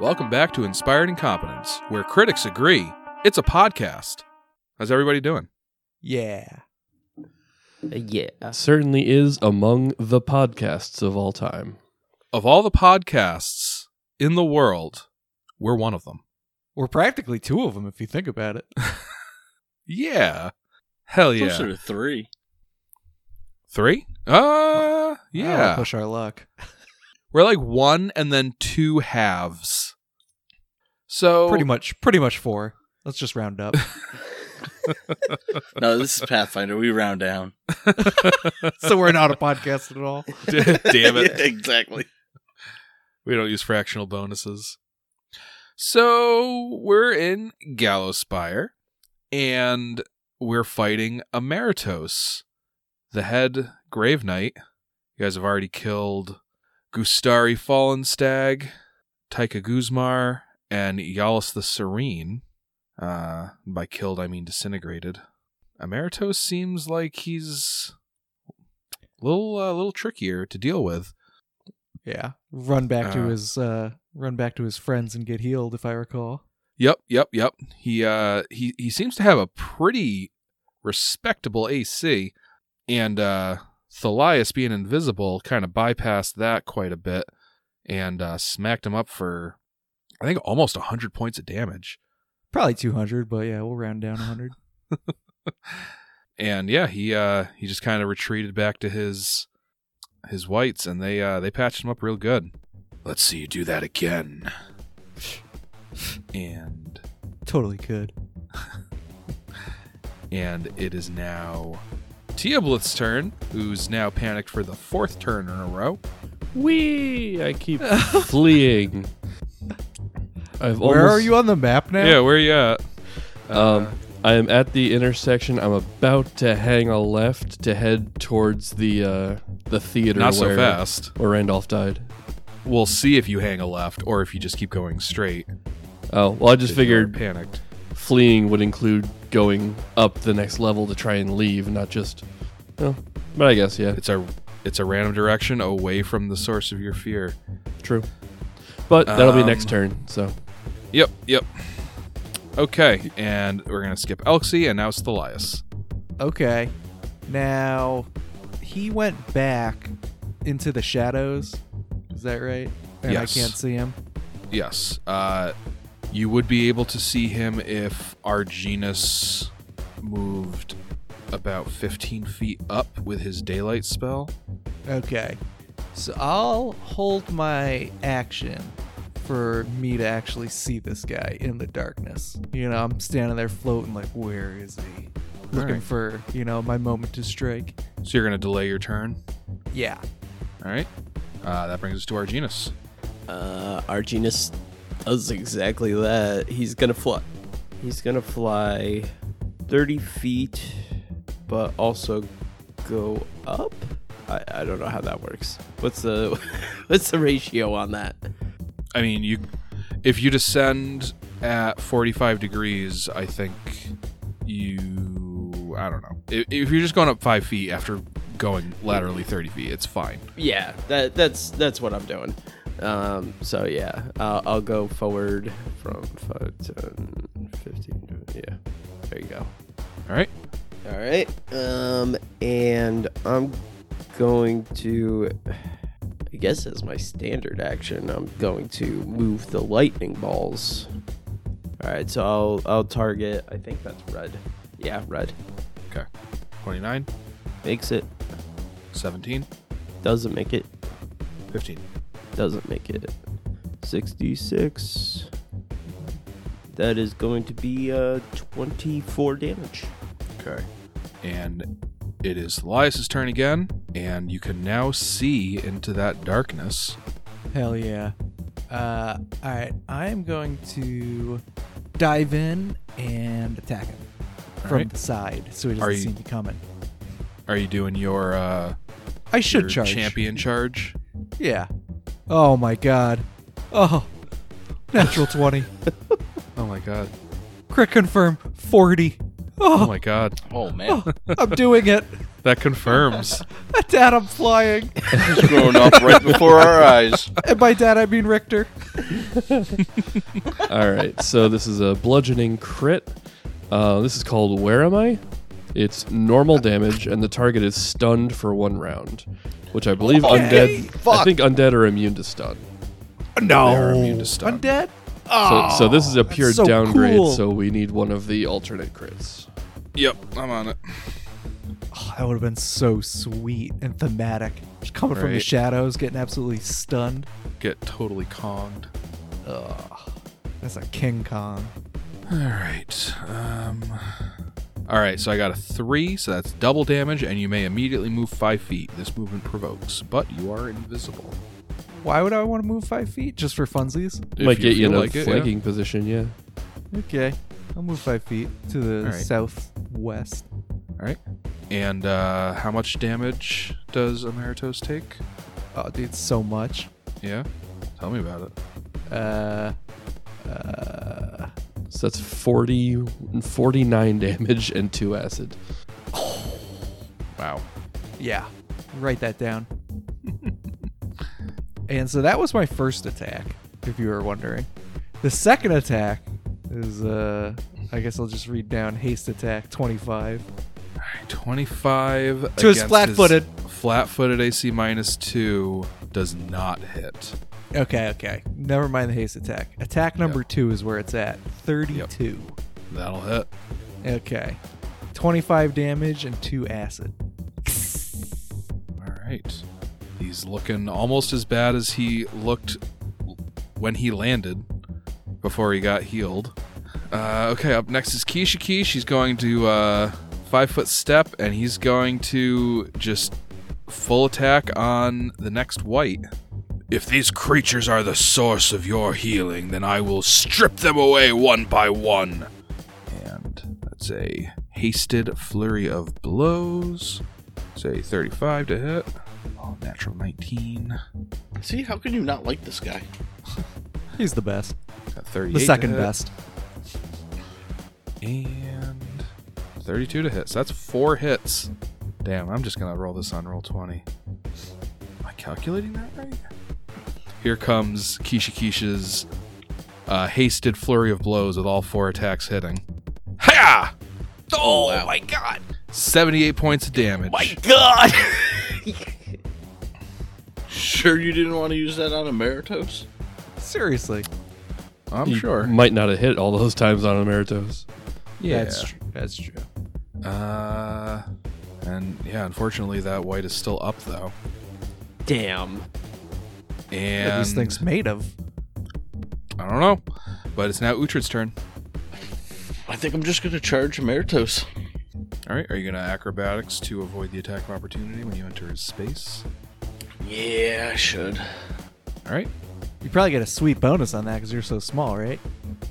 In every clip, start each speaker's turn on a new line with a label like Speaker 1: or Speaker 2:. Speaker 1: Welcome back to Inspired Incompetence, where critics agree it's a podcast. How's everybody doing?
Speaker 2: Yeah.
Speaker 3: Yeah.
Speaker 4: certainly is among the podcasts of all time.
Speaker 1: Of all the podcasts in the world, we're one of them.
Speaker 2: We're practically two of them if you think about it.
Speaker 1: Yeah. Hell yeah.
Speaker 5: Closer to three.
Speaker 1: Three? Uh,
Speaker 2: I don't wanna
Speaker 1: yeah.
Speaker 2: Push our luck.
Speaker 1: We're like one and then two halves. So
Speaker 2: Pretty much pretty much four. Let's just round up.
Speaker 5: No, this is Pathfinder. We round down.
Speaker 2: so we're not a podcast at all.
Speaker 1: damn it.
Speaker 5: Yeah, exactly.
Speaker 1: We don't use fractional bonuses. So we're in Gallowspire, and we're fighting Emeritos, the head Grave Knight. You guys have already killed Gustari Fallen Stag, Taika Guzmar, and Yalis the Serene. Uh, by killed, I mean disintegrated. Emeritos seems like he's a little, uh, little trickier to deal with.
Speaker 2: Yeah. Run back to
Speaker 1: Uh.
Speaker 2: his uh run back to his friends and get healed if I recall.
Speaker 1: Yep, yep, yep. He uh he he seems to have a pretty respectable AC and uh Thalias being invisible kind of bypassed that quite a bit and uh smacked him up for I think almost 100 points of damage.
Speaker 2: Probably 200, but yeah, we'll round down 100.
Speaker 1: And yeah, he uh he just kind of retreated back to his his whites and they uh they patched him up real good. Let's see you do that again. And
Speaker 2: totally could.
Speaker 1: And it is now Teoblith's turn, who's now panicked for the fourth turn in a row.
Speaker 4: Wee! I keep fleeing. I've
Speaker 2: Where are
Speaker 4: almost-
Speaker 2: you on the map now?
Speaker 1: Yeah, where you at?
Speaker 4: Um, I am at the intersection. I'm about to hang a left to head towards the uh, the theater.
Speaker 1: Not so
Speaker 4: where,
Speaker 1: fast.
Speaker 4: Where Randolph died.
Speaker 1: We'll see if you hang a left or if you just keep going straight.
Speaker 4: Oh well, I just
Speaker 1: if you are
Speaker 4: figured
Speaker 1: panicked.
Speaker 4: fleeing would include going up the next level to try and leave, not just. Oh, but I guess yeah,
Speaker 1: It's a it's a random direction away from the source of your fear.
Speaker 4: true. But that'll be
Speaker 1: Um,
Speaker 4: next turn. So
Speaker 1: Yep, yep. Okay, and we're gonna skip Elxie, and now it's Thalias.
Speaker 2: Okay. Now he went back into the shadows. Is that right? And
Speaker 1: Yes.
Speaker 2: I can't see him.
Speaker 1: Yes. Uh, you would be able to see him if Arginus moved about 15 feet up with his daylight spell.
Speaker 2: Okay. So I'll hold my action for me to actually see this guy in the darkness. You know, I'm standing there floating like where is he? Looking
Speaker 1: Alright.
Speaker 2: for, you know, my moment to strike.
Speaker 1: So you're going to delay your turn.
Speaker 2: Yeah.
Speaker 1: All right. Uh, that brings us to Arginus.
Speaker 3: Uh, Arginus does exactly that. He's gonna fly. He's gonna fly 30 feet, but also go up. I, I don't know how that works. What's the what's the ratio on that?
Speaker 1: I mean, you if you descend at 45 degrees, I think you I don't know. If, if you're just going up 5 feet after going laterally 30 feet, it's fine.
Speaker 3: Yeah, that that's that's what I'm doing. Um, so yeah, uh, I'll go forward from 5, 10, 15. Yeah, there you go.
Speaker 1: All right.
Speaker 3: All right. Um, and I'm going to, I guess as my standard action, I'm going to move the lightning balls. All right. So I'll I'll target. I think that's red. Yeah, red.
Speaker 1: Okay. 29,
Speaker 3: Makes it.
Speaker 1: 17,
Speaker 3: Doesn't make it.
Speaker 1: 15.
Speaker 3: Doesn't make it. Sixty-six. That is going to be uh 24 damage.
Speaker 1: Okay. And it is Elias's turn again, and you can now see into that darkness.
Speaker 2: Hell yeah. Uh alright, I am going to dive in and attack him from
Speaker 1: Alright.
Speaker 2: the side so he doesn't
Speaker 1: Are you-
Speaker 2: see me coming.
Speaker 1: Are you doing your uh
Speaker 2: I should
Speaker 1: your
Speaker 2: charge.
Speaker 1: champion charge?
Speaker 2: Yeah. Oh my god. Oh. Natural 20.
Speaker 1: Oh my god.
Speaker 2: Crit confirm 40.
Speaker 1: Oh
Speaker 2: Oh,
Speaker 1: my god.
Speaker 5: Oh man,
Speaker 2: I'm doing it.
Speaker 1: That confirms.
Speaker 2: Dad, I'm flying.
Speaker 6: It's growing up right before our eyes.
Speaker 2: And by dad, I mean Richter.
Speaker 4: All right, so this is a bludgeoning crit. Uh, this is called Where Am I? It's normal damage, and the target is stunned for one round, which I believe undead. I think undead are immune to stun.
Speaker 1: They're immune to stun.
Speaker 2: Undead?
Speaker 4: so, so this is a pure
Speaker 2: Ah, so
Speaker 4: downgrade.
Speaker 2: cool.
Speaker 4: So we need one of the alternate crits.
Speaker 1: Yep, I'm on it.
Speaker 2: Oh, that would have been so sweet and thematic. Just coming from the
Speaker 1: Right.
Speaker 2: shadows, getting absolutely stunned.
Speaker 1: Get totally conged.
Speaker 2: That's a King Kong.
Speaker 1: All right. Um, all right, so I got a three, so that's double damage, and you may immediately move five feet. This movement provokes, but you are invisible.
Speaker 2: Why would I want to move five feet? Just for funsies?
Speaker 1: If
Speaker 4: Might get you in
Speaker 1: feel
Speaker 4: a
Speaker 1: like it, yeah.
Speaker 4: flanking position, yeah.
Speaker 2: Okay. I'll move five feet to the
Speaker 1: All right.
Speaker 2: southwest.
Speaker 1: All right. And uh, how much damage does Emeritus take?
Speaker 2: Oh, dude, so much.
Speaker 1: Yeah? Tell me about it.
Speaker 2: Uh, uh,
Speaker 4: So that's 40, 49 damage and two acid.
Speaker 1: Wow.
Speaker 2: yeah. Write that down. and so that was my first attack, if you were wondering. The second attack is, uh, I guess I'll just read down haste attack 25.
Speaker 1: 25
Speaker 2: To his
Speaker 1: against
Speaker 2: flat-footed.
Speaker 1: flat-footed AC minus 2 does not hit.
Speaker 2: Okay, okay. Never mind the haste attack. Attack number two is where it's at 32.
Speaker 1: That'll hit.
Speaker 2: Okay. 25 damage and two acid.
Speaker 1: All right. He's looking almost as bad as he looked when he landed before he got healed. Uh, okay, up next is Kishiki. She's going to uh, five foot step, and he's going to just full attack on the next white. If these creatures are the source of your healing, then I will strip them away one by one. And that's a hasted flurry of blows. Say 35 to hit. Oh, natural 19.
Speaker 5: see how can you not like this guy?
Speaker 2: He's the best.
Speaker 1: Got 38.
Speaker 2: The
Speaker 1: to
Speaker 2: second
Speaker 1: hit,
Speaker 2: best.
Speaker 1: And 32 to hit. So that's four hits. Damn, I'm just going to roll this on roll 20. Am I calculating that right? Here comes Kishikisha's uh, hasted flurry of blows with all four attacks hitting. Hiya! Oh, my god! 78 points of damage.
Speaker 5: God. sure, you didn't want to use that on Emeritus?
Speaker 2: Seriously.
Speaker 1: I'm
Speaker 4: You
Speaker 1: sure.
Speaker 4: Might not have hit all those times on Emeritos.
Speaker 1: Yeah.
Speaker 2: That's true. That's true.
Speaker 1: Uh, and yeah, unfortunately, that white is still up though.
Speaker 3: Damn.
Speaker 1: And
Speaker 2: What are these things made of?
Speaker 1: I don't know, but it's now Uhtred's turn.
Speaker 5: I think I'm just gonna charge Emeritus.
Speaker 1: All right, are you gonna acrobatics to avoid the attack of opportunity when you enter his space?
Speaker 5: Yeah, I should.
Speaker 1: All right,
Speaker 2: You probably get a sweet bonus on that because you're so small, right?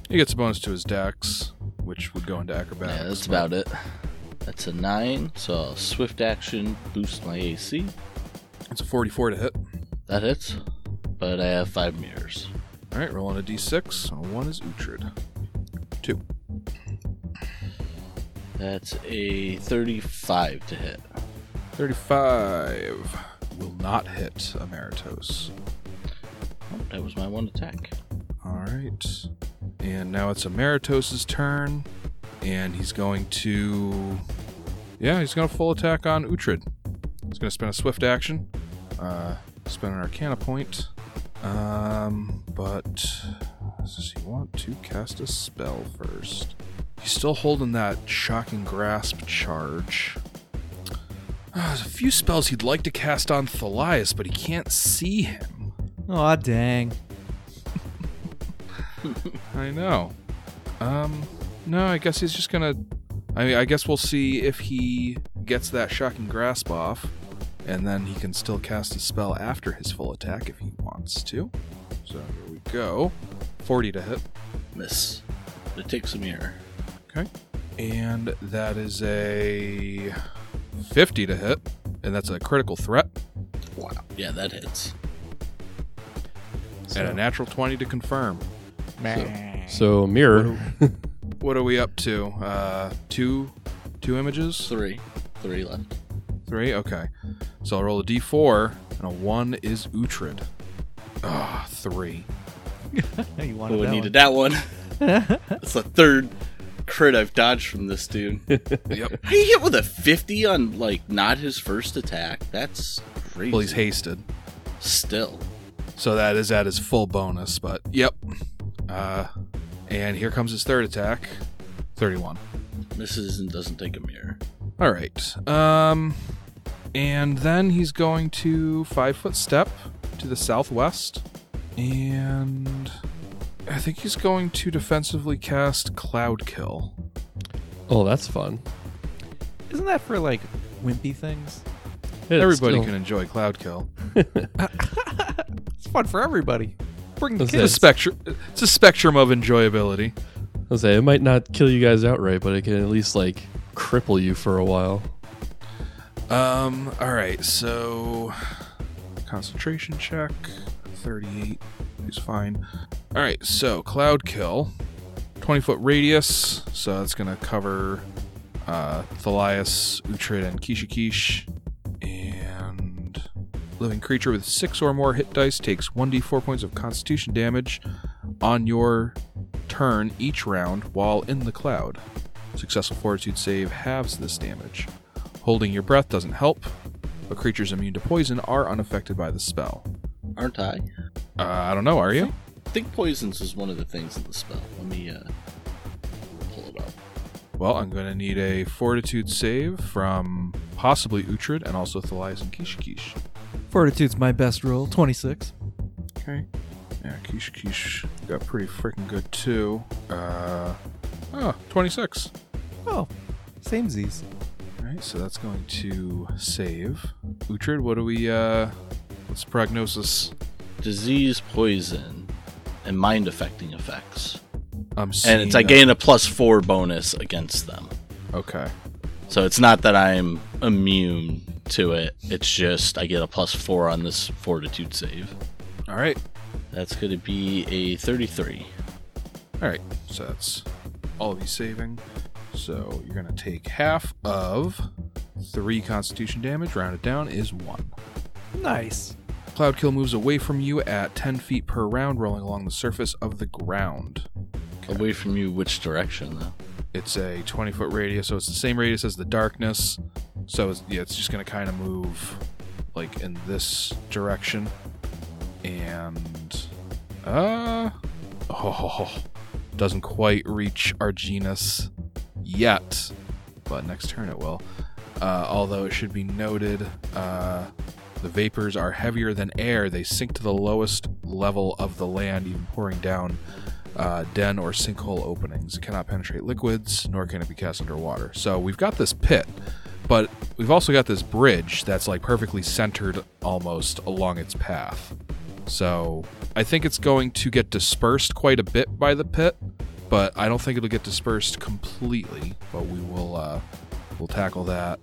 Speaker 1: he gets a bonus to his dex, which would go into acrobatics.
Speaker 5: Yeah, that's
Speaker 1: but-
Speaker 5: about it. That's a nine, so I'll swift action boost my AC.
Speaker 1: It's a 44 to hit.
Speaker 5: That hits, but I have five mirrors.
Speaker 1: All right, rolling a d6. and One is Uhtred. Two.
Speaker 5: That's a 35 to hit.
Speaker 1: 35 will not hit Emeritus.
Speaker 5: Oh, that was my one attack.
Speaker 1: All right. And now it's Emeritus' turn. And he's going to. Yeah, he's going to full attack on Uhtred. He's going to spend a swift action, uh, spend an Arcana point. Um, but. Does he want to cast a spell first? He's still holding that shocking grasp charge. Ah, there's a few spells he'd like to cast on Thalias, but he can't see him.
Speaker 2: Aw, dang.
Speaker 1: I know. Um, no, I guess he's just gonna. I mean, I guess we'll see if he gets that shocking grasp off, and then he can still cast his spell after his full attack if he wants to. So here we go. 40 to hit.
Speaker 5: Miss. It takes a mirror.
Speaker 1: Okay. And that is a 50 to hit, and that's a critical threat,
Speaker 5: Wow. Yeah, that hits.
Speaker 1: and a natural 20 to confirm.
Speaker 4: So mirror.
Speaker 1: what are we up to? Uh, two, two images,
Speaker 5: Three. Three left.
Speaker 1: three. Okay, so I'll roll a d4, and a one is Uhtred. Ah, three.
Speaker 2: you wanted
Speaker 5: Oh, we
Speaker 2: that
Speaker 5: needed that one. That's the third crit I've dodged from this dude.
Speaker 1: Yep.
Speaker 5: How do you hit with a 50 on, like, not his first attack? That's crazy.
Speaker 1: well, he's hasted,
Speaker 5: Still.
Speaker 1: so that is at his full bonus. But yep. Uh, and here comes his third attack, thirty-one.
Speaker 5: Misses and doesn't take a mirror.
Speaker 1: All right. Um, and then he's going to five foot step to the southwest, and I think he's going to defensively cast Cloud Kill.
Speaker 4: Oh, that's fun.
Speaker 2: one. Isn't that for like wimpy things?
Speaker 4: It's
Speaker 1: Everybody
Speaker 4: still-
Speaker 1: can enjoy Cloud Kill.
Speaker 2: It's fun for everybody. Bring the
Speaker 4: Is
Speaker 1: It's a
Speaker 2: kids.
Speaker 4: this-
Speaker 1: spectrum. It's a spectrum of enjoyability.
Speaker 4: I'll say it might not kill you guys outright, but it can at least like cripple you for a while.
Speaker 1: Um. All right. So, concentration check. Thirty-eight. He's fine. All right. So cloud kill. Twenty foot radius. So that's gonna cover uh, Thalias, Uhtred, and Kishikish. And living creature with six or more hit dice takes one d4 points of Constitution damage on your turn each round while in the cloud. Successful Fortitude save halves this damage. Holding your breath doesn't help, but creatures immune to poison are unaffected by the spell.
Speaker 5: Aren't I?
Speaker 1: Uh, I don't know, are you?
Speaker 5: I think poisons is one of the things in the spell. Let me, uh, pull it up.
Speaker 1: Well, I'm going to need a fortitude save from possibly Uhtred and also Thalias and Kishikish.
Speaker 2: Fortitude's my best roll. Twenty six.
Speaker 1: Okay. Yeah, Kishikish got pretty freaking good too. Uh, oh, 26.
Speaker 2: Oh, same Z's.
Speaker 1: All right, so that's going to save. Uhtred, what do we, uh, what's the prognosis?
Speaker 5: Disease, poison, and mind affecting effects.
Speaker 1: I'm
Speaker 5: And it's I
Speaker 1: seeing
Speaker 5: gain a plus four bonus against them.
Speaker 1: that- Okay.
Speaker 5: So it's not that I'm immune to it. It's just I get a plus four on this fortitude save.
Speaker 1: All right.
Speaker 5: That's going to be a 33.
Speaker 1: All right, so that's all of you saving. So you're going to take half of three Constitution damage. Rounded down is one.
Speaker 2: Nice.
Speaker 1: Cloudkill moves away from you at 10 feet per round, rolling along the surface of the ground.
Speaker 5: Away from you, which direction though?
Speaker 1: It's a 20 foot radius, so it's the same radius as the darkness. So it's, yeah, it's just going to kind of move like in this direction. And uh oh, doesn't quite reach Arginus yet, but next turn it will. Uh, although it should be noted, uh, the vapors are heavier than air. They sink to the lowest level of the land, even pouring down uh, den or sinkhole openings. It cannot penetrate liquids, nor can it be cast underwater. So we've got this pit, but we've also got this bridge that's like perfectly centered almost along its path. So I think it's going to get dispersed quite a bit by the pit, but I don't think it'll get dispersed completely. But we will uh, we'll tackle that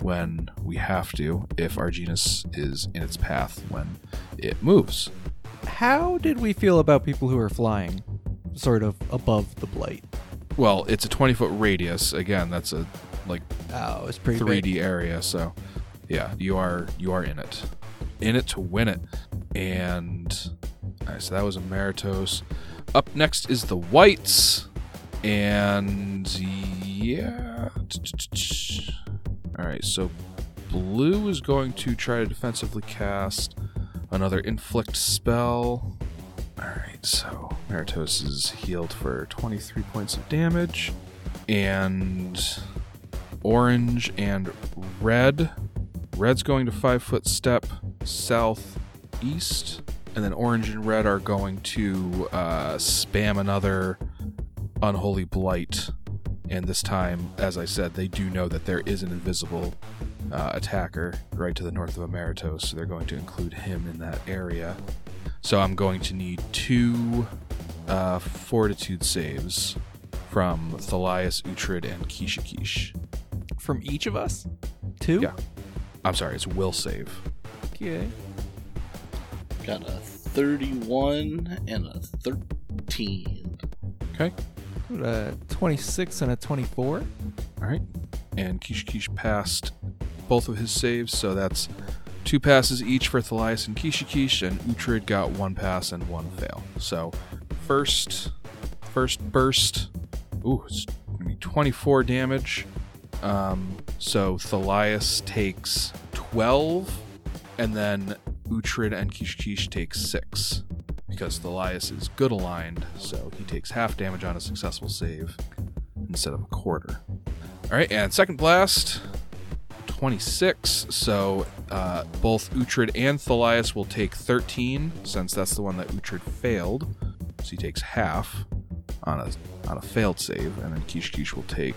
Speaker 1: when we have to if Arginus is in its path when it moves.
Speaker 2: How did we feel about people who are flying, sort of above the blight?
Speaker 1: Well, it's a 20 foot radius. Again, that's a like
Speaker 2: Oh, it's pretty.
Speaker 1: 3D
Speaker 2: big.
Speaker 1: area, so yeah, you are you are in it, in it to win it. And all right, so that was Emeritos. Up next is the Whites, and yeah. All right, so Blue is going to try to defensively cast another inflict spell. All right, so Meritos is healed for 23 points of damage, and orange and red. Red's going to five foot step southeast, and then orange and red are going to uh, spam another unholy blight. And this time, as I said, they do know that there is an invisible uh, attacker right to the north of Emeritos, so they're going to include him in that area. So I'm going to need two uh, fortitude saves from Thalias, Uhtred, and Kishikish.
Speaker 2: from each of us. Two.
Speaker 1: Yeah. I'm sorry, it's will save.
Speaker 2: Okay.
Speaker 5: Got a 31 and a 13.
Speaker 1: Okay.
Speaker 2: Uh, 26 and a 24.
Speaker 1: All right. And Kishikish passed both of his saves, so that's two passes each for Thalias and Kishikish, and Uhtred got one pass and one fail. So first, first burst. Ooh, it's gonna be 24 damage. Um, so Thalias takes 12, and then Uhtred and Kishikish take six because Thalias is good aligned, so he takes half damage on a successful save instead of a quarter. All right, and second blast, 26. So uh, both Uhtred and Thalias will take 13, since that's the one that Uhtred failed. So he takes half on a on a failed save, and then Kishkish will take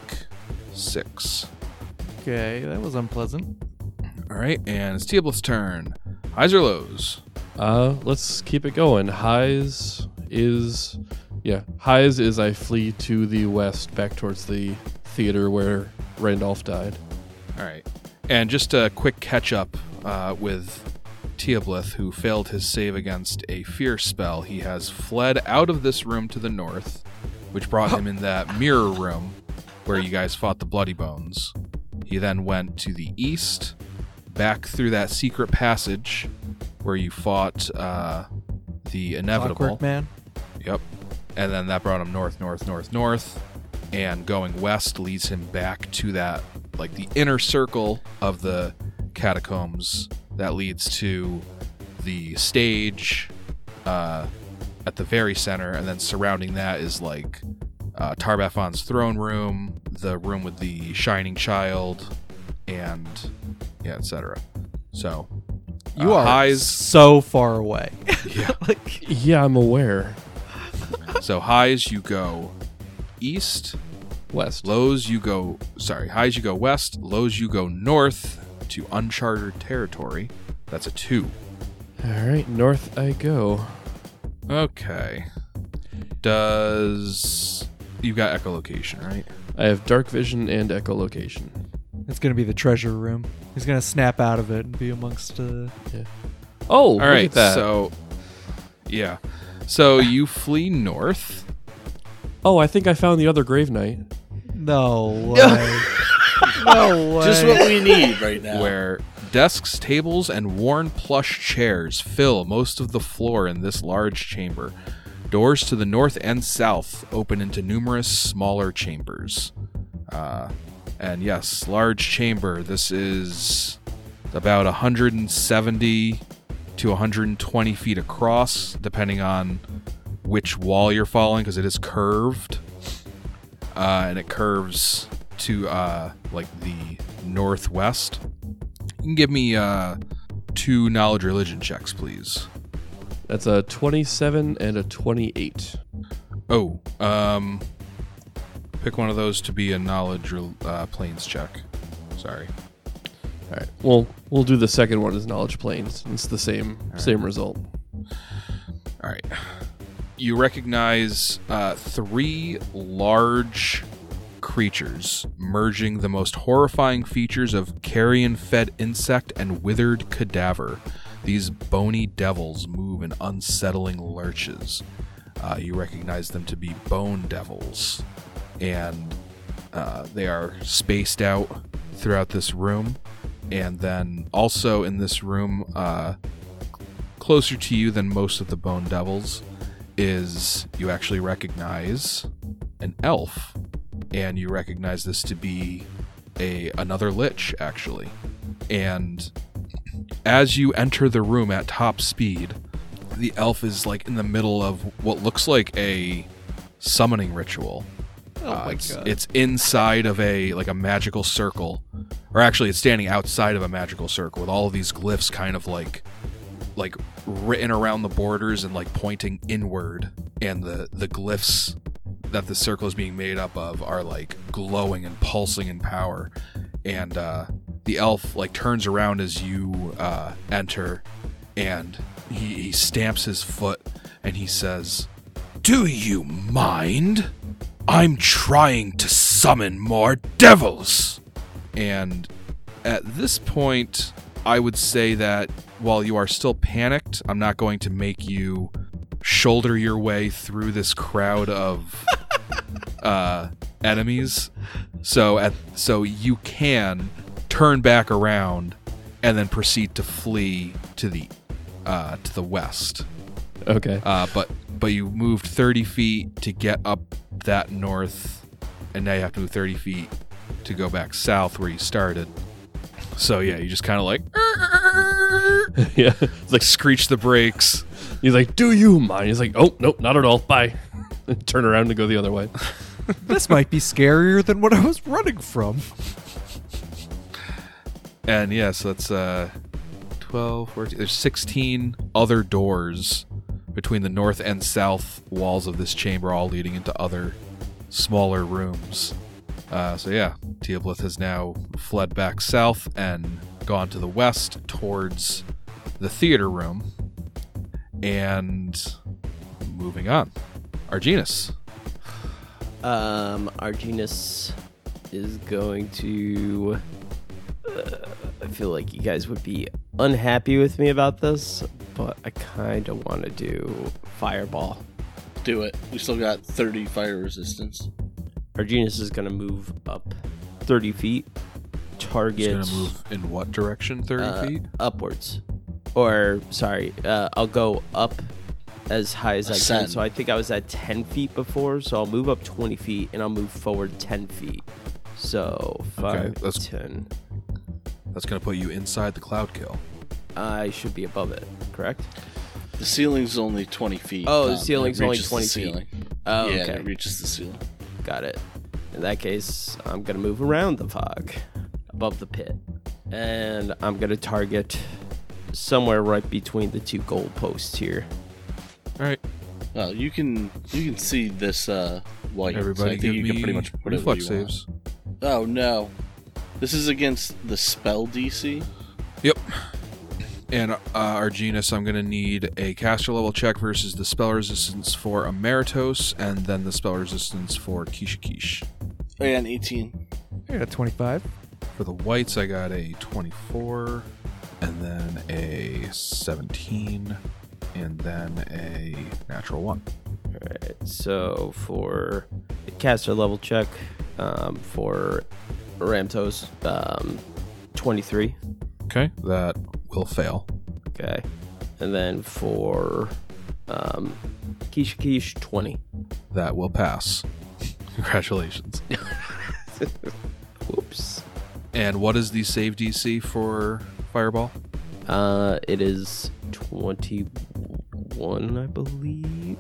Speaker 1: six.
Speaker 2: Okay, that was unpleasant.
Speaker 1: All right, and it's Teobluth's turn. Highs or lows?
Speaker 4: Uh, let's keep it going. Highs is, yeah, highs is I flee to the west, back towards the theater where Randolph died.
Speaker 1: All right. And just a quick catch up uh, with Teoblith, who failed his save against a fear spell. He has fled out of this room to the north, which brought him in that mirror room where you guys fought the Bloody Bones. He then went to the east, back through that secret passage where you fought uh, the Inevitable.
Speaker 2: Clockwork man.
Speaker 1: Yep. And then that brought him north, north, north, north. And going west leads him back to that, like the inner circle of the catacombs that leads to the stage uh, at the very center. And then surrounding that is like uh, Tarbafon's throne room, the room with the Shining Child, and yeah, etc. So
Speaker 2: You
Speaker 1: uh,
Speaker 2: are
Speaker 1: highs.
Speaker 2: so far away.
Speaker 1: Yeah.
Speaker 2: like,
Speaker 4: Yeah, I'm aware.
Speaker 1: So highs you go east,
Speaker 4: West.
Speaker 1: lows you go sorry, highs you go west, lows you go north to uncharted territory. That's a two.
Speaker 4: All right, north I go.
Speaker 1: Okay. Does you've got echolocation, right?
Speaker 4: I have dark vision and echolocation.
Speaker 2: it's gonna be the treasure room. He's gonna snap out of it and be amongst. Uh,
Speaker 4: Oh,
Speaker 1: All
Speaker 4: look
Speaker 1: right.
Speaker 4: at that.
Speaker 1: So yeah. So you flee north.
Speaker 4: oh, I think I found the other grave knight.
Speaker 2: no way. no way.
Speaker 5: Just what we need right now.
Speaker 1: where desks, tables, and worn plush chairs fill most of the floor in this large chamber. Doors to the north and south open into numerous smaller chambers. Uh, and yes, large chamber. This is about 170 to 120 feet across, depending on which wall you're following, because it is curved uh, and it curves to uh, like the northwest. You can give me uh, two knowledge religion checks, please.
Speaker 4: That's a 27 and a 28.
Speaker 1: Oh, um, pick one of those to be a knowledge rel- uh, planes check. Sorry.
Speaker 4: All right. Well, we'll do the second one as knowledge planes. It's the same same result.
Speaker 1: All right. You recognize uh, three large creatures merging the most horrifying features of carrion fed insect and withered cadaver. These bony devils move in unsettling lurches. Uh, you recognize them to be bone devils, and uh, they are spaced out throughout this room. And then also in this room, uh, closer to you than most of the Bone Devils is you actually recognize an elf, and you recognize this to be a another lich actually. And as you enter the room at top speed, the elf is like in the middle of what looks like a summoning ritual.
Speaker 2: oh
Speaker 1: Uh,
Speaker 2: my
Speaker 1: it's,
Speaker 2: god.
Speaker 1: it's inside of a like a magical circle, or actually, it's standing outside of a magical circle with all of these glyphs kind of like like written around the borders and like pointing inward, and the the glyphs that the circle is being made up of are like glowing and pulsing in power, and uh, the elf like turns around as you uh, enter, and he, he stamps his foot and he says. Do you mind? I'm trying to summon more devils. And at this point, I would say that while you are still panicked, I'm not going to make you shoulder your way through this crowd of uh, enemies. So at so you can turn back around and then proceed to flee to the uh, to the west.
Speaker 4: Okay.
Speaker 1: Uh, but but you moved 30 feet to get up that north, and now you have to move 30 feet to go back south where you started. So yeah, you just kind of like
Speaker 4: yeah. It's
Speaker 1: like
Speaker 4: like
Speaker 1: screech the brakes.
Speaker 4: he's like, "Do you mind?" He's like, "Oh, nope, not at all. Bye." And Turn around and go the other way.
Speaker 2: This might be scarier than what I was running from.
Speaker 1: And yes, that's uh 12, 14, there's 16 other doors between the north and south walls of this chamber, all leading into other smaller rooms. Uh, so yeah, Teoblith has now fled back south and gone to the west towards the theater room. And moving on, Arginus.
Speaker 3: Um, Arginus is going to. Uh, I feel like you guys would be unhappy with me about this, but I kind of want to do fireball.
Speaker 5: Do it. We still got 30 fire resistance.
Speaker 3: Arginus is going to move up 30 feet,
Speaker 1: He's
Speaker 3: target
Speaker 1: gonna move in what direction? Thirty
Speaker 3: uh,
Speaker 1: feet.
Speaker 3: upwards. Or, sorry, uh, I'll go up as high as I can.
Speaker 5: Ascend.
Speaker 3: So I think I was at 10 feet before, so I'll move up 20 feet and I'll move forward 10 feet. So, 5,
Speaker 1: that's-
Speaker 3: 10.
Speaker 1: That's gonna put you inside the cloud kill.
Speaker 3: I should be above it, correct?
Speaker 5: The ceiling's only 20 feet.
Speaker 3: Oh, the
Speaker 5: Tom. It
Speaker 3: ceiling's only
Speaker 5: reaches the
Speaker 3: 20 feet.
Speaker 5: ceiling.
Speaker 3: Oh,
Speaker 5: yeah,
Speaker 3: okay.
Speaker 5: it reaches the ceiling.
Speaker 3: Got it. In that case, I'm going to move around the fog above the pit. And I'm going to target somewhere right between the two goal posts here.
Speaker 1: All right,
Speaker 5: Well, you can you can see this uh, light. so
Speaker 1: everybody,
Speaker 5: I
Speaker 1: give
Speaker 5: think you
Speaker 1: me
Speaker 5: can pretty much put it where
Speaker 1: reflex
Speaker 5: you want.
Speaker 1: saves.
Speaker 5: Oh no, this is against the spell DC.
Speaker 1: Yep. And uh, Arginus, I'm going to need a caster level check versus the spell resistance for Emeritos and then the spell resistance for Kishikish.
Speaker 5: Oh, yeah, an 18.
Speaker 2: I got a 25.
Speaker 1: For the whites, I got a 24, and then a 17, and then a natural 1.
Speaker 3: Alright, so for caster level check um, for Ramtos, um, 23.
Speaker 1: Okay. That will fail.
Speaker 3: Okay. And then for um, Keisha Keish, 20.
Speaker 1: That will pass. Congratulations.
Speaker 3: Whoops.
Speaker 1: and what is the save DC for Fireball?
Speaker 3: Uh, it is 21, I believe.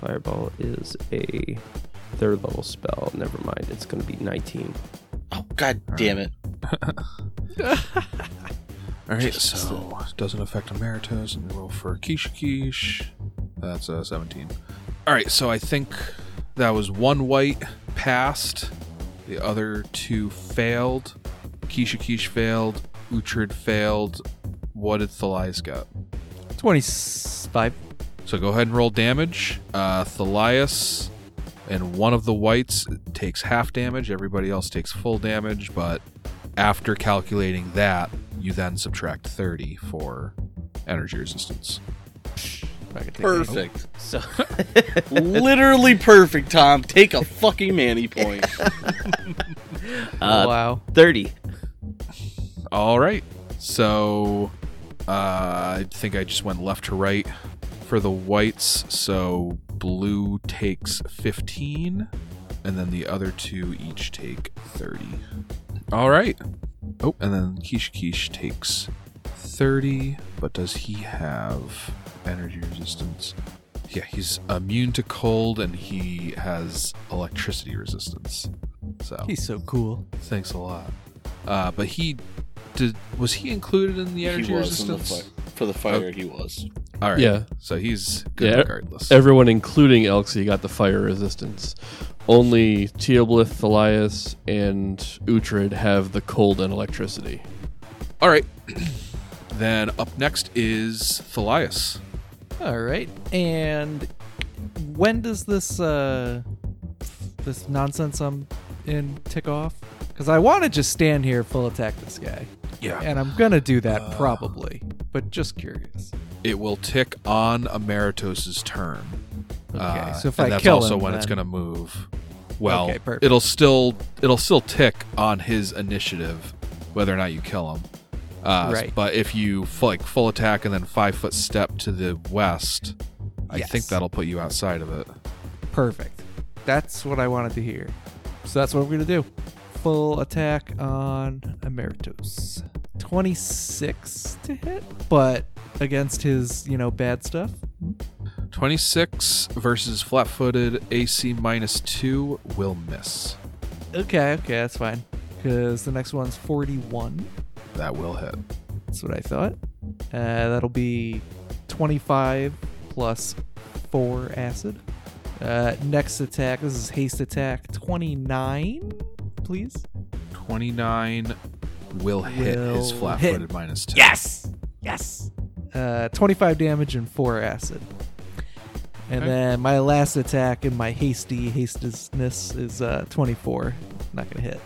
Speaker 3: Fireball is a third level spell. Never mind. It's going to be 19.
Speaker 5: Oh god damn it!
Speaker 1: All right, so it doesn't affect Emeritus, and we roll for Kishikish. That's a 17. All right, so I think that was one white passed, the other two failed. Kishikish failed, Uhtred failed. What did Thalias got?
Speaker 2: 25.
Speaker 1: So go ahead and roll damage. Uh, Thalias and one of the whites takes half damage. Everybody else takes full damage, but after calculating that, you then subtract 30 for energy resistance.
Speaker 2: I can take that.
Speaker 5: Perfect,
Speaker 3: So,
Speaker 5: literally perfect. Tom, take a fucking manny point.
Speaker 3: uh,
Speaker 2: wow.
Speaker 3: 30.
Speaker 1: All right. So uh, I think I just went left to right for the whites. So blue takes 15, and then the other two each take 30. All right. Oh, and then Kishikish takes 30, but does he have energy resistance? Yeah, he's immune to cold and he has electricity resistance. So
Speaker 2: He's so cool.
Speaker 1: Thanks a lot. Uh, but he did. Was he included in the energy
Speaker 5: he was in the
Speaker 1: resistance?
Speaker 5: fi- for the fire. He was.
Speaker 1: All right.
Speaker 4: Yeah.
Speaker 1: So he's good
Speaker 4: Yeah,
Speaker 1: regardless.
Speaker 4: Everyone, including Elxie, got the fire resistance. Only Teoblith, Thalias, and Uhtred have the cold and electricity.
Speaker 1: All right. then up next is Thalias.
Speaker 2: All right. And when does this uh this nonsense I'm in tick off? Because I want to just stand here full attack this guy,
Speaker 1: Yeah.
Speaker 2: and I'm gonna do that
Speaker 5: Uh.
Speaker 2: probably, but just curious.
Speaker 1: It will tick on Emeritus's turn.
Speaker 2: Okay,
Speaker 1: Uh,
Speaker 2: so if
Speaker 1: and
Speaker 2: I
Speaker 1: that's
Speaker 2: kill
Speaker 1: also
Speaker 2: him,
Speaker 1: when it's
Speaker 2: then-
Speaker 1: going to move. well,
Speaker 2: Okay, perfect.
Speaker 1: it'll still it'll still tick on his initiative, whether or not you kill him. Uh,
Speaker 2: Right.
Speaker 1: But if you f- like full attack and then five foot step to the west, I think
Speaker 2: Yes.
Speaker 1: that'll put you outside of it.
Speaker 2: Perfect. That's what I wanted to hear. So that's what we're gonna do. Full attack on Emeritus. 26 to hit, but against his, you know, bad stuff.
Speaker 1: 26 versus flat footed AC minus 2 will miss.
Speaker 2: Okay, okay, that's fine. Because the next one's 41.
Speaker 1: That will hit.
Speaker 2: That's what I thought. Uh, that'll be 25 plus 4 acid. Uh, next attack, this is haste attack, 29, please.
Speaker 1: 29 will hit his
Speaker 2: Will
Speaker 1: flat footed
Speaker 2: hit.
Speaker 1: minus 2.
Speaker 2: Yes! Yes! Uh, 25 damage and 4 acid. And
Speaker 1: Okay.
Speaker 2: then my last attack and my hasty hastiness is uh, 24. Not going to hit.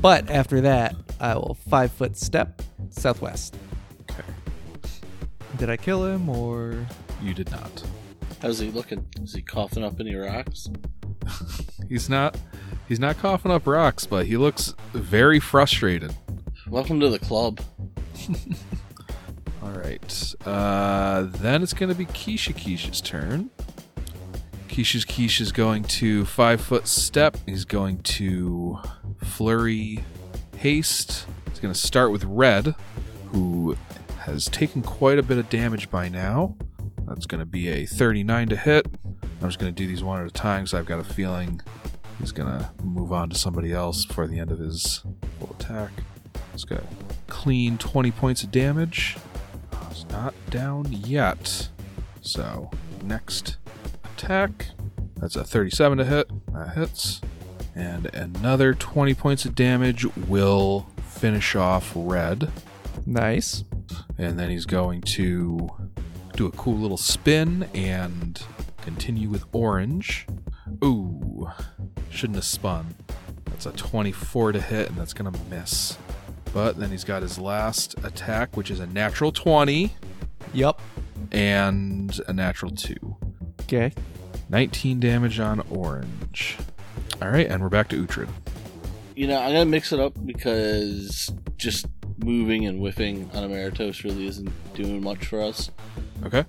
Speaker 2: But after that, I will 5 foot step southwest.
Speaker 1: Okay.
Speaker 2: Did I kill him or.
Speaker 1: You did not.
Speaker 5: How's he looking? Is he coughing up any rocks?
Speaker 1: He's not. He's not coughing up rocks, but he looks very frustrated.
Speaker 5: Welcome to the club.
Speaker 1: All right. Uh, then it's going to be Keisha Keisha's turn. Keisha's Keisha's going to five foot step. He's going to flurry haste. He's going to start with Red, who has taken quite a bit of damage by now. That's going to be a 39 to hit. I'm just going to do these one at a time because I've got a feeling he's going to move on to somebody else before the end of his full attack. He's got a clean 20 points of damage. It's not down yet. So, next attack. That's a 37 to hit. That hits. And another 20 points of damage will finish off red.
Speaker 2: Nice.
Speaker 1: And then he's going to do a cool little spin and continue with orange. Ooh, shouldn't have spun. That's a 24 to hit, and that's going to miss. But then he's got his last attack, which is a natural 20
Speaker 2: Yup.
Speaker 1: and a natural 2.
Speaker 2: Okay.
Speaker 1: 19 damage on orange. All right, and we're back to Uhtred.
Speaker 5: You know, I'm gonna mix it up because just moving and whiffing on Emeritus really isn't doing much for us.
Speaker 1: Okay.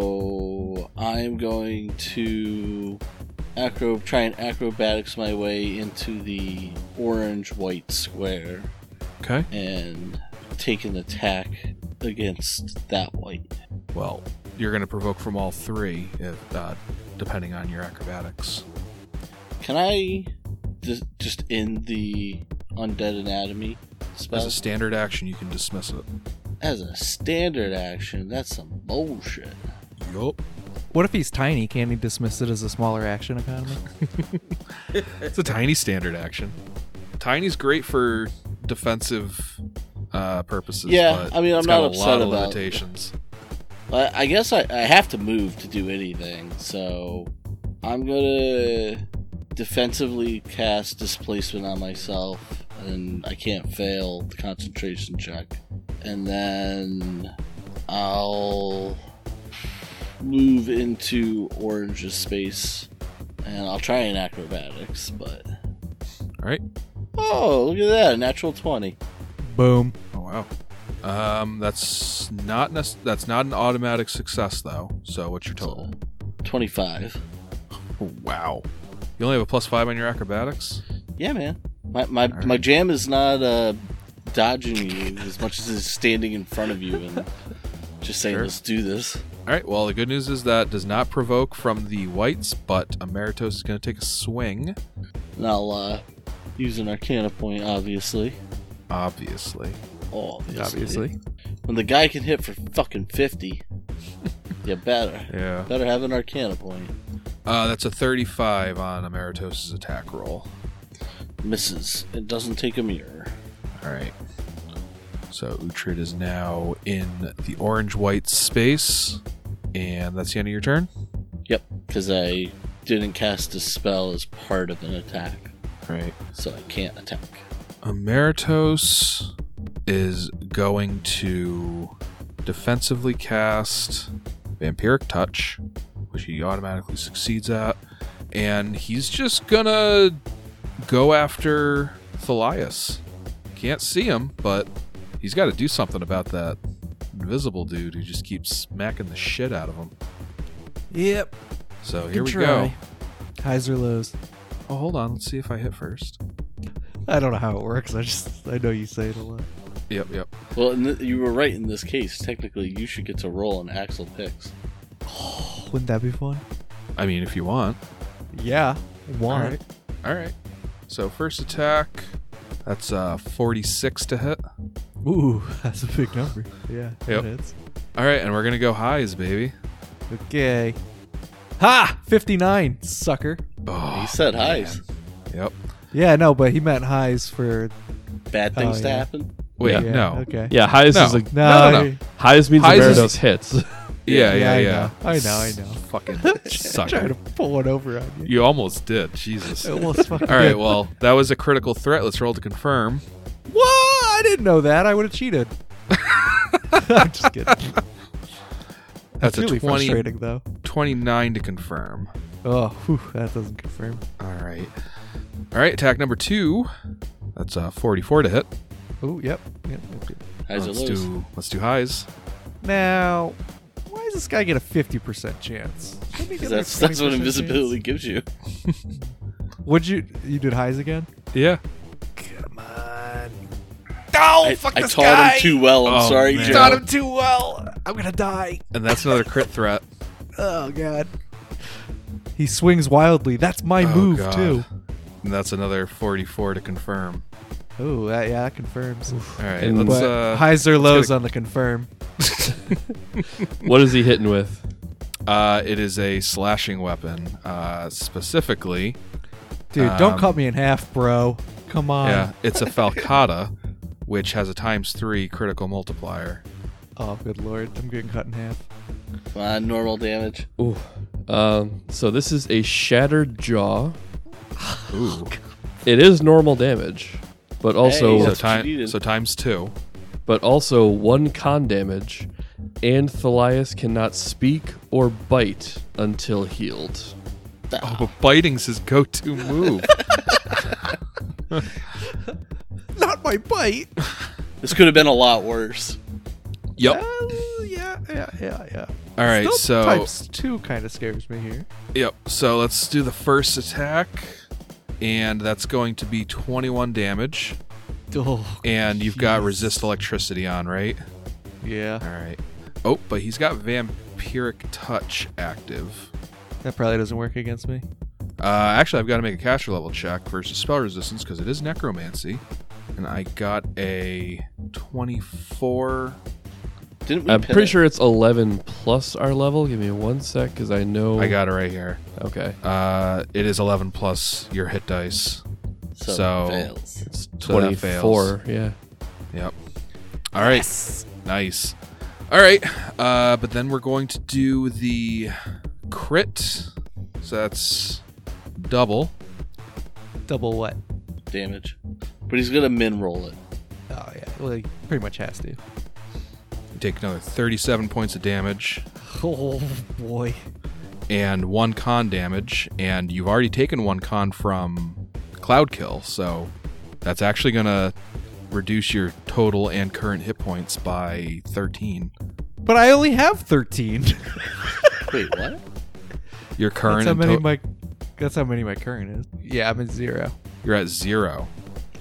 Speaker 5: So I'm going to acro try and acrobatics my way into the orange white square
Speaker 1: Okay.
Speaker 5: and take an attack against that white.
Speaker 1: Well, you're going to provoke from all three, if, uh, depending on your acrobatics.
Speaker 5: Can I just just end the undead anatomy spell
Speaker 1: As a standard action, you can dismiss it.
Speaker 5: as a standard action? That's some bullshit.
Speaker 1: Yup.
Speaker 2: What if he's tiny? Can he dismiss it as a smaller action economy?
Speaker 1: It's a tiny standard action. Tiny's great for defensive uh, purposes.
Speaker 5: Yeah,
Speaker 1: but
Speaker 5: I mean, I'm
Speaker 1: it's got a lot
Speaker 5: not upset
Speaker 1: of
Speaker 5: about-
Speaker 1: limitations.
Speaker 5: I, I guess I, I have to move to do anything, so I'm gonna defensively cast displacement on myself, and I can't fail the concentration check. And then I'll move into orange's space, and I'll try an acrobatics, but.
Speaker 1: All right.
Speaker 5: Oh, look at that, a natural 20.
Speaker 2: Boom.
Speaker 1: Oh wow. Um, that's not nec- that's not an automatic success though. So what's your total?
Speaker 5: 25.
Speaker 1: Oh, wow. You only have a plus five on your acrobatics.
Speaker 5: Yeah, man. My my,
Speaker 1: right.
Speaker 5: my jam is not uh, dodging you as much as it's standing in front of you and just saying,
Speaker 1: Sure.
Speaker 5: "Let's do this."
Speaker 1: All right. Well, the good news is that does not provoke from the whites, but Emeritus is going to take a swing.
Speaker 5: And I'll uh, use an Arcana point, obviously.
Speaker 1: Obviously.
Speaker 5: Obviously.
Speaker 2: Obviously.
Speaker 5: When the guy can hit for fucking fifty, you better
Speaker 1: Yeah.
Speaker 5: better have an Arcana point.
Speaker 1: Uh, that's a 35 on Emeritus' attack roll.
Speaker 5: Misses. It doesn't take a mirror.
Speaker 1: All right. So Uhtred is now in the orange-white space, and that's the end of your turn.
Speaker 5: Yep, because I didn't cast a spell as part of an attack,
Speaker 1: Right.
Speaker 5: so I can't attack.
Speaker 1: Emeritus is going to defensively cast Vampiric Touch, which he automatically succeeds at, and he's just gonna go after Thalias. Can't see him, but he's got to do something about that invisible dude who just keeps smacking the shit out of him.
Speaker 2: Yep.
Speaker 1: So here
Speaker 2: Can
Speaker 1: we
Speaker 2: try.
Speaker 1: go.
Speaker 2: Highs or lows.
Speaker 1: Oh, hold on. Let's see if I hit first.
Speaker 2: I don't know how it works. I just I know you say it a lot.
Speaker 1: Yep, yep.
Speaker 5: Well, in th- you were right in this case. Technically, you should get to roll on Axel picks.
Speaker 2: Wouldn't that be fun?
Speaker 1: I mean, if you want.
Speaker 2: Yeah. One.
Speaker 1: All right. All right. So first attack. That's uh 46 to hit.
Speaker 2: Ooh, that's a big number. Yeah. that
Speaker 1: Yep.
Speaker 2: hits.
Speaker 1: All right, and we're gonna go highs, baby.
Speaker 2: Okay. Ha! 59, sucker.
Speaker 1: Oh,
Speaker 5: He said highs.
Speaker 1: yep.
Speaker 2: Yeah, no, but he meant highs for.
Speaker 5: Bad
Speaker 2: Oh,
Speaker 5: things to
Speaker 2: yeah.
Speaker 5: happen.
Speaker 1: Wait,
Speaker 4: Yeah.
Speaker 2: yeah,
Speaker 1: no.
Speaker 2: Okay.
Speaker 4: Yeah, highs
Speaker 1: No.
Speaker 4: is like
Speaker 1: No, no, no.
Speaker 2: I-
Speaker 4: highs means
Speaker 1: Highs
Speaker 4: highs
Speaker 1: is-
Speaker 4: hits.
Speaker 1: Yeah,
Speaker 2: Yeah,
Speaker 1: yeah, yeah.
Speaker 2: I know. I know, I know.
Speaker 1: Fucking
Speaker 2: Trying to
Speaker 1: sucker.
Speaker 2: pull one over on you.
Speaker 1: You almost did. Jesus.
Speaker 2: It
Speaker 1: All
Speaker 2: was fucking
Speaker 1: right,
Speaker 2: good.
Speaker 1: well, that was a critical threat. Let's roll to confirm.
Speaker 2: Whoa! I didn't know that. I would have cheated. I'm just kidding. That's,
Speaker 1: That's a
Speaker 2: really
Speaker 1: 20,
Speaker 2: frustrating, though.
Speaker 1: 29 to confirm.
Speaker 2: Oh, whew, that doesn't confirm.
Speaker 1: All right. All right, attack number two. That's uh 44 to hit.
Speaker 2: Oh, yep. yep, yep, yep.
Speaker 5: Highs or
Speaker 1: let's
Speaker 5: lows.
Speaker 1: do let's do highs.
Speaker 2: Now, why does this guy get a 50% chance? Shouldn't he get, like,
Speaker 5: 'Cause
Speaker 2: a
Speaker 5: that's that's what
Speaker 2: 20%
Speaker 5: invisibility gives you.
Speaker 2: chance? Would you? You did highs again?
Speaker 1: Yeah.
Speaker 2: Come on.
Speaker 5: I, I taught him too well. I'm
Speaker 1: Oh,
Speaker 5: sorry,
Speaker 1: man.
Speaker 5: Joe.
Speaker 1: Taught
Speaker 2: him too well. I'm gonna die.
Speaker 1: And that's another crit threat.
Speaker 2: Oh god. He swings wildly. That's my
Speaker 1: Oh,
Speaker 2: move
Speaker 1: God.
Speaker 2: too.
Speaker 1: And that's another 44 to confirm.
Speaker 2: Oh, that, yeah, that confirms.
Speaker 1: All right.
Speaker 4: And-
Speaker 1: let's
Speaker 2: But
Speaker 1: uh
Speaker 2: highs or lows
Speaker 1: get
Speaker 2: on the confirm.
Speaker 4: what is he hitting with?
Speaker 1: uh it is a slashing weapon. Uh specifically,
Speaker 2: Dude, don't
Speaker 1: Um,
Speaker 2: cut me in half, bro. Come on.
Speaker 1: yeah, it's a falcata which has a times 3 critical multiplier.
Speaker 2: Oh, good lord, I'm getting cut in half.
Speaker 5: Come on, normal damage.
Speaker 4: Ooh. Um, so this is a shattered jaw.
Speaker 1: Ooh.
Speaker 4: It is normal damage, but also
Speaker 5: Hey,
Speaker 1: So
Speaker 5: That's what you
Speaker 1: time
Speaker 5: needed.
Speaker 1: so times 2.
Speaker 4: but also one con damage, and Thalias cannot speak or bite until healed.
Speaker 1: Oh, but biting's his go-to move.
Speaker 2: Not my bite.
Speaker 5: This could have been a lot worse.
Speaker 1: yep.
Speaker 2: Uh, yeah, yeah, yeah, yeah.
Speaker 1: All right.
Speaker 2: Still,
Speaker 1: so
Speaker 2: types two kind of scares me here.
Speaker 1: Yep. So let's do the first attack, and that's going to be 21 damage.
Speaker 2: Oh,
Speaker 1: And you've got
Speaker 2: jeez.
Speaker 1: resist electricity on, right?
Speaker 2: Yeah,
Speaker 1: All right. Oh, but he's got vampiric touch active.
Speaker 2: that probably doesn't work against me.
Speaker 1: Uh, actually, I've got to make a caster level check versus spell resistance because it is necromancy, and I got a 24.
Speaker 5: Didn't we?
Speaker 4: I'm
Speaker 5: pin
Speaker 4: pretty
Speaker 5: it?
Speaker 4: sure it's 11 plus our level. Give me one sec, because I know.
Speaker 1: I got it right here.
Speaker 4: Okay.
Speaker 1: Uh, it is 11 plus your hit dice.
Speaker 5: So,
Speaker 1: so-
Speaker 5: fails.
Speaker 4: It's
Speaker 1: So that
Speaker 4: 24. yeah.
Speaker 1: Yep. All right. Nice. All right. Uh, but then we're going to do the crit. So that's double.
Speaker 2: Double what?
Speaker 5: damage. But he's gonna min roll it.
Speaker 2: Oh yeah, well, he pretty much has to.
Speaker 1: You take another 37 points of damage
Speaker 2: Oh boy.
Speaker 1: and one con damage. And you've already taken one con from Cloud Kill. So that's actually going to reduce your total and current hit points by 13.
Speaker 2: But I only have 13.
Speaker 5: Wait, what?
Speaker 1: Your
Speaker 2: that's
Speaker 1: current.
Speaker 2: how
Speaker 1: and
Speaker 2: many
Speaker 1: to-
Speaker 2: my That's how many my current is. Yeah, I'm at 0.
Speaker 1: you're at zero.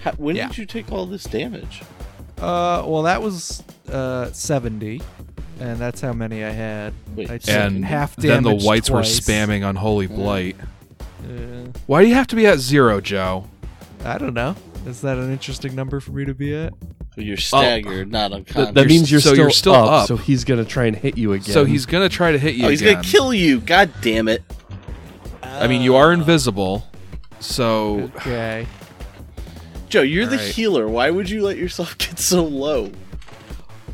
Speaker 5: How, when
Speaker 2: Yeah.
Speaker 5: did you take all this damage?
Speaker 2: Uh well, that was uh 70 and that's how many I had.
Speaker 5: Wait,
Speaker 2: I took
Speaker 1: And
Speaker 2: half
Speaker 1: then the
Speaker 2: damage
Speaker 1: whites
Speaker 2: twice.
Speaker 1: were spamming Unholy Blight.
Speaker 2: Uh,
Speaker 1: Why do you have to be at zero, Joe?
Speaker 2: I don't know. Is that an interesting number for me to be at?
Speaker 5: Oh,
Speaker 1: Oh.
Speaker 5: You're staggered, not unconscious.
Speaker 4: That, that means you're,
Speaker 1: so
Speaker 4: still
Speaker 1: you're still
Speaker 4: up,
Speaker 1: up.
Speaker 4: So he's gonna try and hit you again.
Speaker 1: So he's gonna try to hit you
Speaker 5: oh, he's
Speaker 1: again.
Speaker 5: gonna kill you. God damn it!
Speaker 1: I mean, you are invisible, so
Speaker 2: Okay.
Speaker 5: Joe, you're the
Speaker 1: Alright.
Speaker 5: healer. Why would you let yourself get so low?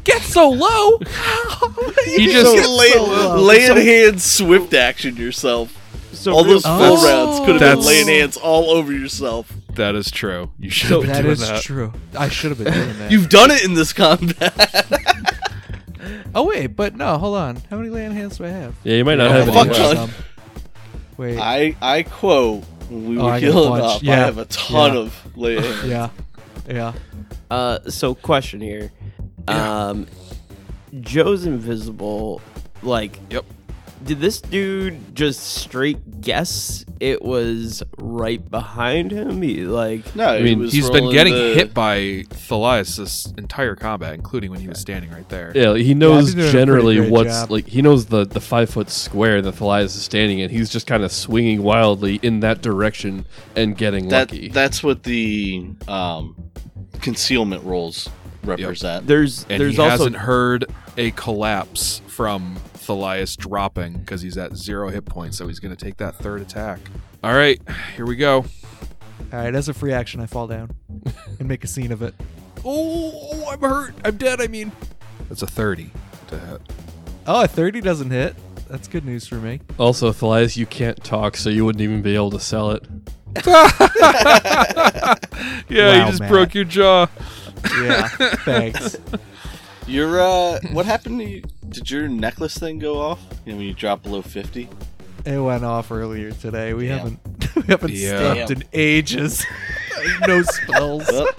Speaker 2: Get so low.
Speaker 1: he
Speaker 5: So
Speaker 1: just.
Speaker 5: lay,
Speaker 2: low.
Speaker 5: lay in hands, swift action yourself.
Speaker 3: So
Speaker 5: all those
Speaker 3: real-
Speaker 5: full
Speaker 2: quick-
Speaker 5: rounds could have been
Speaker 1: That's-
Speaker 5: laying hands all over yourself.
Speaker 1: That is true. You should have
Speaker 3: So-
Speaker 1: been
Speaker 2: that
Speaker 1: doing
Speaker 2: is
Speaker 1: that.
Speaker 2: true. I should have been doing that.
Speaker 5: You've done it in this combat.
Speaker 2: oh wait, but no, hold on. How many land hands do I have?
Speaker 4: yeah, you might not
Speaker 5: Oh,
Speaker 4: have
Speaker 5: fuck
Speaker 4: any.
Speaker 5: John.
Speaker 4: left.
Speaker 5: John.
Speaker 2: Wait.
Speaker 5: I I quote when we
Speaker 2: Oh,
Speaker 5: were
Speaker 2: I got a
Speaker 5: healing
Speaker 2: bunch.
Speaker 5: up. I
Speaker 2: Yeah.
Speaker 5: have a ton
Speaker 2: Yeah.
Speaker 5: of lay hands.
Speaker 2: yeah. Yeah.
Speaker 3: Uh, so question here. Um, Joe's invisible. Like,
Speaker 1: Yep.
Speaker 3: Did this dude just straight guess it was right behind him? He, like,
Speaker 5: No,
Speaker 4: I mean,
Speaker 1: He's been getting hit by Thalias this entire combat, including when he was standing right there.
Speaker 4: Yeah, he
Speaker 2: been doing a
Speaker 4: knows
Speaker 2: pretty
Speaker 4: generally
Speaker 2: great
Speaker 4: what's
Speaker 2: job.
Speaker 4: like. He knows the the five foot square that Thalias is standing in. He's just kind of swinging wildly in that direction and getting
Speaker 5: that.
Speaker 4: lucky.
Speaker 5: That's what the um, concealment rolls represent.
Speaker 3: there's
Speaker 1: And
Speaker 3: there's
Speaker 1: he
Speaker 3: also
Speaker 1: hasn't heard a collapse from Thalias dropping because he's at zero hit points, so he's going to take that third attack. All right, here we go.
Speaker 2: All right. As a free action, I fall down and make a scene of it.
Speaker 1: Oh, I'm hurt. I'm dead. I mean, that's a 30 to hit.
Speaker 2: Oh, a 30 doesn't hit. That's good news for me.
Speaker 4: also, Thalias, you can't talk, so you wouldn't even be able to sell it.
Speaker 1: Yeah,
Speaker 2: Wow,
Speaker 1: you just
Speaker 2: Matt.
Speaker 1: broke your jaw.
Speaker 2: Yeah. Thanks.
Speaker 5: Your uh, what happened to you? Did your necklace thing go off? You know, when you drop below fifty.
Speaker 2: It went off earlier today. We
Speaker 5: Damn.
Speaker 2: haven't we haven't
Speaker 1: Yeah.
Speaker 2: stopped in ages. no spells.
Speaker 5: Well,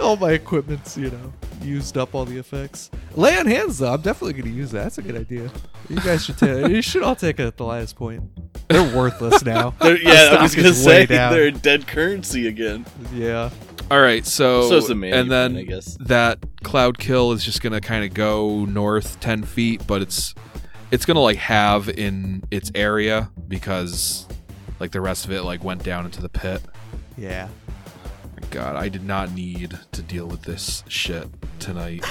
Speaker 2: all my equipment's you know used up all the effects. Lay on hands though. I'm definitely gonna use that. That's a good idea. You guys should take. you should all take it at the last point. They're worthless now.
Speaker 5: they're- yeah, I was
Speaker 2: stock
Speaker 5: gonna
Speaker 2: is way
Speaker 5: say
Speaker 2: down.
Speaker 5: they're dead currency again.
Speaker 2: yeah.
Speaker 1: All right, so
Speaker 5: So is the man.
Speaker 1: and then
Speaker 5: I guess.
Speaker 1: that cloud kill is just gonna kind of go north 10 feet but it's it's gonna like have in its area because like the rest of it like went down into the pit
Speaker 2: Yeah.
Speaker 1: god i did not need to deal with this shit tonight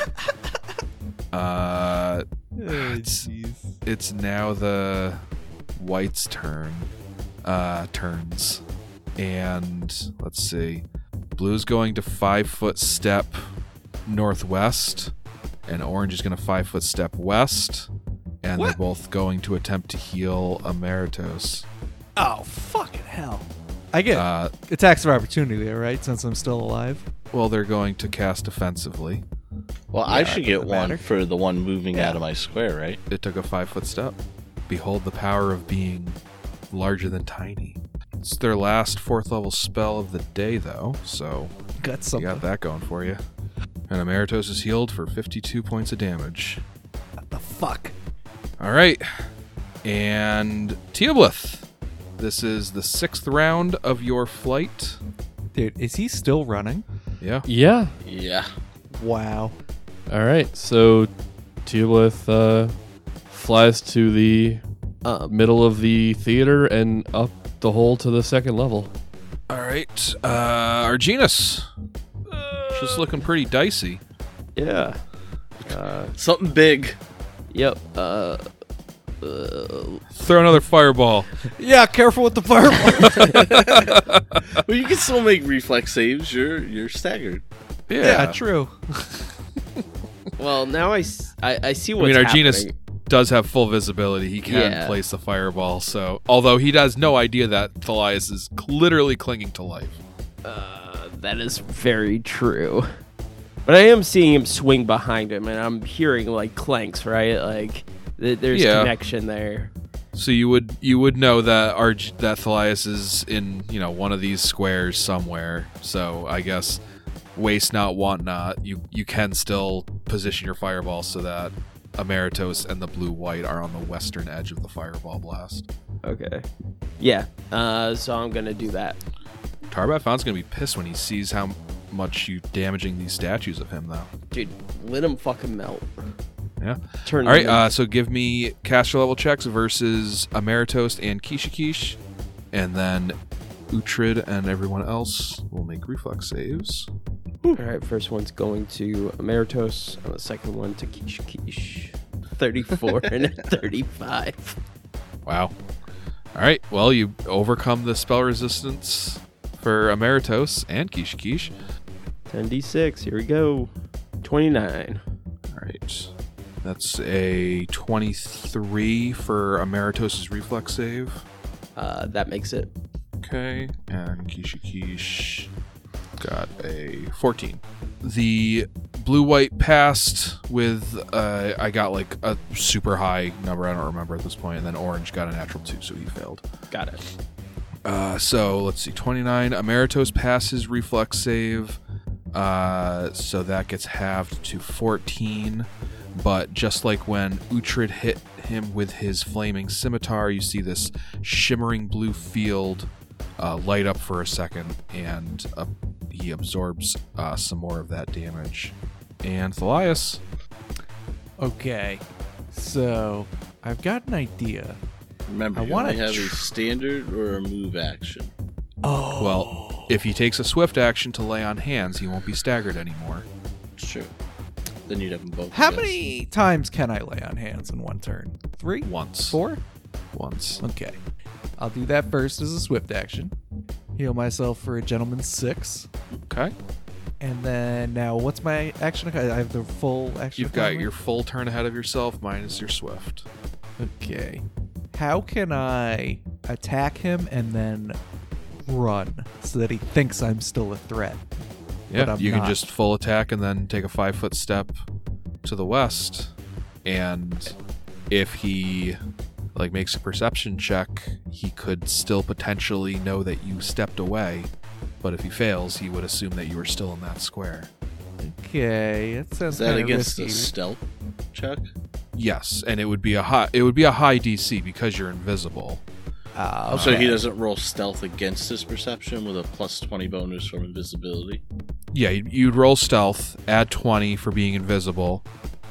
Speaker 1: uh
Speaker 2: Oh,
Speaker 1: It's-
Speaker 2: jeez.
Speaker 1: it's now the white's turn uh turns and let's see blue's going to five foot step northwest and orange is going to five foot step west and they're both going to attempt to heal emeritus
Speaker 2: Oh fucking hell! I get
Speaker 1: uh
Speaker 2: attacks of opportunity there, right? Since I'm still alive.
Speaker 1: well they're going to cast offensively
Speaker 5: Well, I should get
Speaker 2: doesn't
Speaker 5: one
Speaker 2: matter.
Speaker 5: for the one moving
Speaker 2: Yeah.
Speaker 5: out of my square, right?
Speaker 1: it took a five foot step behold the power of being larger than tiny it's their last fourth level spell of the day though so
Speaker 2: Got
Speaker 1: You
Speaker 2: something.
Speaker 1: got that going for you. And Emeritus is healed for 52 points of damage.
Speaker 2: The fuck.
Speaker 1: All right. And Teoblith, this is the sixth round of your flight.
Speaker 2: Dude, is he still running?
Speaker 1: Yeah.
Speaker 4: Yeah.
Speaker 5: Yeah.
Speaker 2: Wow.
Speaker 4: All right. So, Teoblith uh, flies to the
Speaker 3: um,
Speaker 4: middle of the theater and up the hole to the second level.
Speaker 1: All right. Uh, Arginus,
Speaker 3: Uh.
Speaker 1: she's looking pretty dicey.
Speaker 3: yeah,
Speaker 5: Something big.
Speaker 3: yep. Uh,
Speaker 1: Throw another fireball.
Speaker 2: Yeah, careful with the fireball.
Speaker 5: Well, you can still make reflex saves. You're you're staggered.
Speaker 1: Yeah.
Speaker 2: yeah, true.
Speaker 3: well, now I, s- I- I see
Speaker 1: I
Speaker 3: what's
Speaker 1: mean, Arginus
Speaker 3: happening.
Speaker 1: does have full visibility. He can
Speaker 3: Yeah.
Speaker 1: place the fireball. So, although he has no idea that Thalias is literally clinging to life.
Speaker 3: Uh, that is very true. But I am seeing him swing behind him, and I'm hearing like clanks, right? Like th- there's
Speaker 1: Yeah.
Speaker 3: connection there.
Speaker 1: So you would you would know that Arg- that Thalias is in you know one of these squares somewhere. So I guess waste not, want not. You you can still position your fireball so that Emeritus and the blue white are on the western edge of the fireball blast.
Speaker 3: Okay. Yeah. Uh, so I'm gonna do that.
Speaker 1: Tarbat Found's gonna be pissed when he sees how much you damaging these statues of him though.
Speaker 3: Dude, let him fucking melt.
Speaker 1: Yeah.
Speaker 3: Turn.
Speaker 1: All right.
Speaker 3: them in.
Speaker 1: Uh, so give me caster level checks versus Emeritus and Kishikish, and then Utrid and everyone else will make reflex saves.
Speaker 3: All right. First one's going to Emeritus, and the second one to Kish Kish. Thirty-four and a thirty-five.
Speaker 1: Wow. All right. Well, you overcome the spell resistance for Emeritus and Kishikish.
Speaker 3: Ten d six. Here we go. Twenty-nine.
Speaker 1: All right. That's a 23 for Emeritus's reflex save.
Speaker 3: Uh, that makes it.
Speaker 1: Okay. And Kishikish got a 14. The blue white passed with uh, I got like a super high number. I don't remember at this point, and then orange got a natural two, so he failed.
Speaker 3: Got it.
Speaker 1: Uh, so let's see, twenty nine. Emeritos passes reflex save, uh, so that gets halved to fourteen. But just like when Uhtred hit him with his flaming scimitar, you see this shimmering blue field uh, light up for a second, and uh, he absorbs uh, some more of that damage. And Thalias,
Speaker 2: Okay. So I've got an idea.
Speaker 5: Remember,
Speaker 2: I
Speaker 5: you
Speaker 2: wanna
Speaker 5: only have
Speaker 2: tr-
Speaker 5: a standard or a move action.
Speaker 2: Oh.
Speaker 1: well, if he takes a swift action to lay on hands, he won't be staggered anymore.
Speaker 5: It's true. Then you'd have them both.
Speaker 2: How
Speaker 5: yes.
Speaker 2: many times can I lay on hands in one turn? Three?
Speaker 1: Once.
Speaker 2: Four?
Speaker 1: Once.
Speaker 2: Okay. I'll do that first as a swift action. Heal myself for a gentleman six.
Speaker 1: Okay.
Speaker 2: And then now, what's my action? I have the full action.
Speaker 1: You've got
Speaker 2: economy?
Speaker 1: your full turn ahead of yourself minus your swift.
Speaker 2: Okay. How can I attack him and then run so that he thinks I'm still a threat?
Speaker 1: Yeah,
Speaker 2: I'm
Speaker 1: you can
Speaker 2: not.
Speaker 1: just full attack and then take a five foot step to the west. And if he like makes a perception check, he could still potentially know that you stepped away. But if he fails, he would assume that you were still in that square.
Speaker 2: Okay, that sounds
Speaker 5: Is that
Speaker 2: kinda
Speaker 5: against the
Speaker 2: risky.
Speaker 5: stealth check?
Speaker 1: Yes, and it would be a high it would be a high DC because you're invisible.
Speaker 2: Ah,
Speaker 5: Oh, So he
Speaker 2: okay.
Speaker 5: doesn't roll stealth against his perception with a plus twenty bonus from invisibility.
Speaker 1: Yeah, you'd, you'd roll stealth, add 20 for being invisible,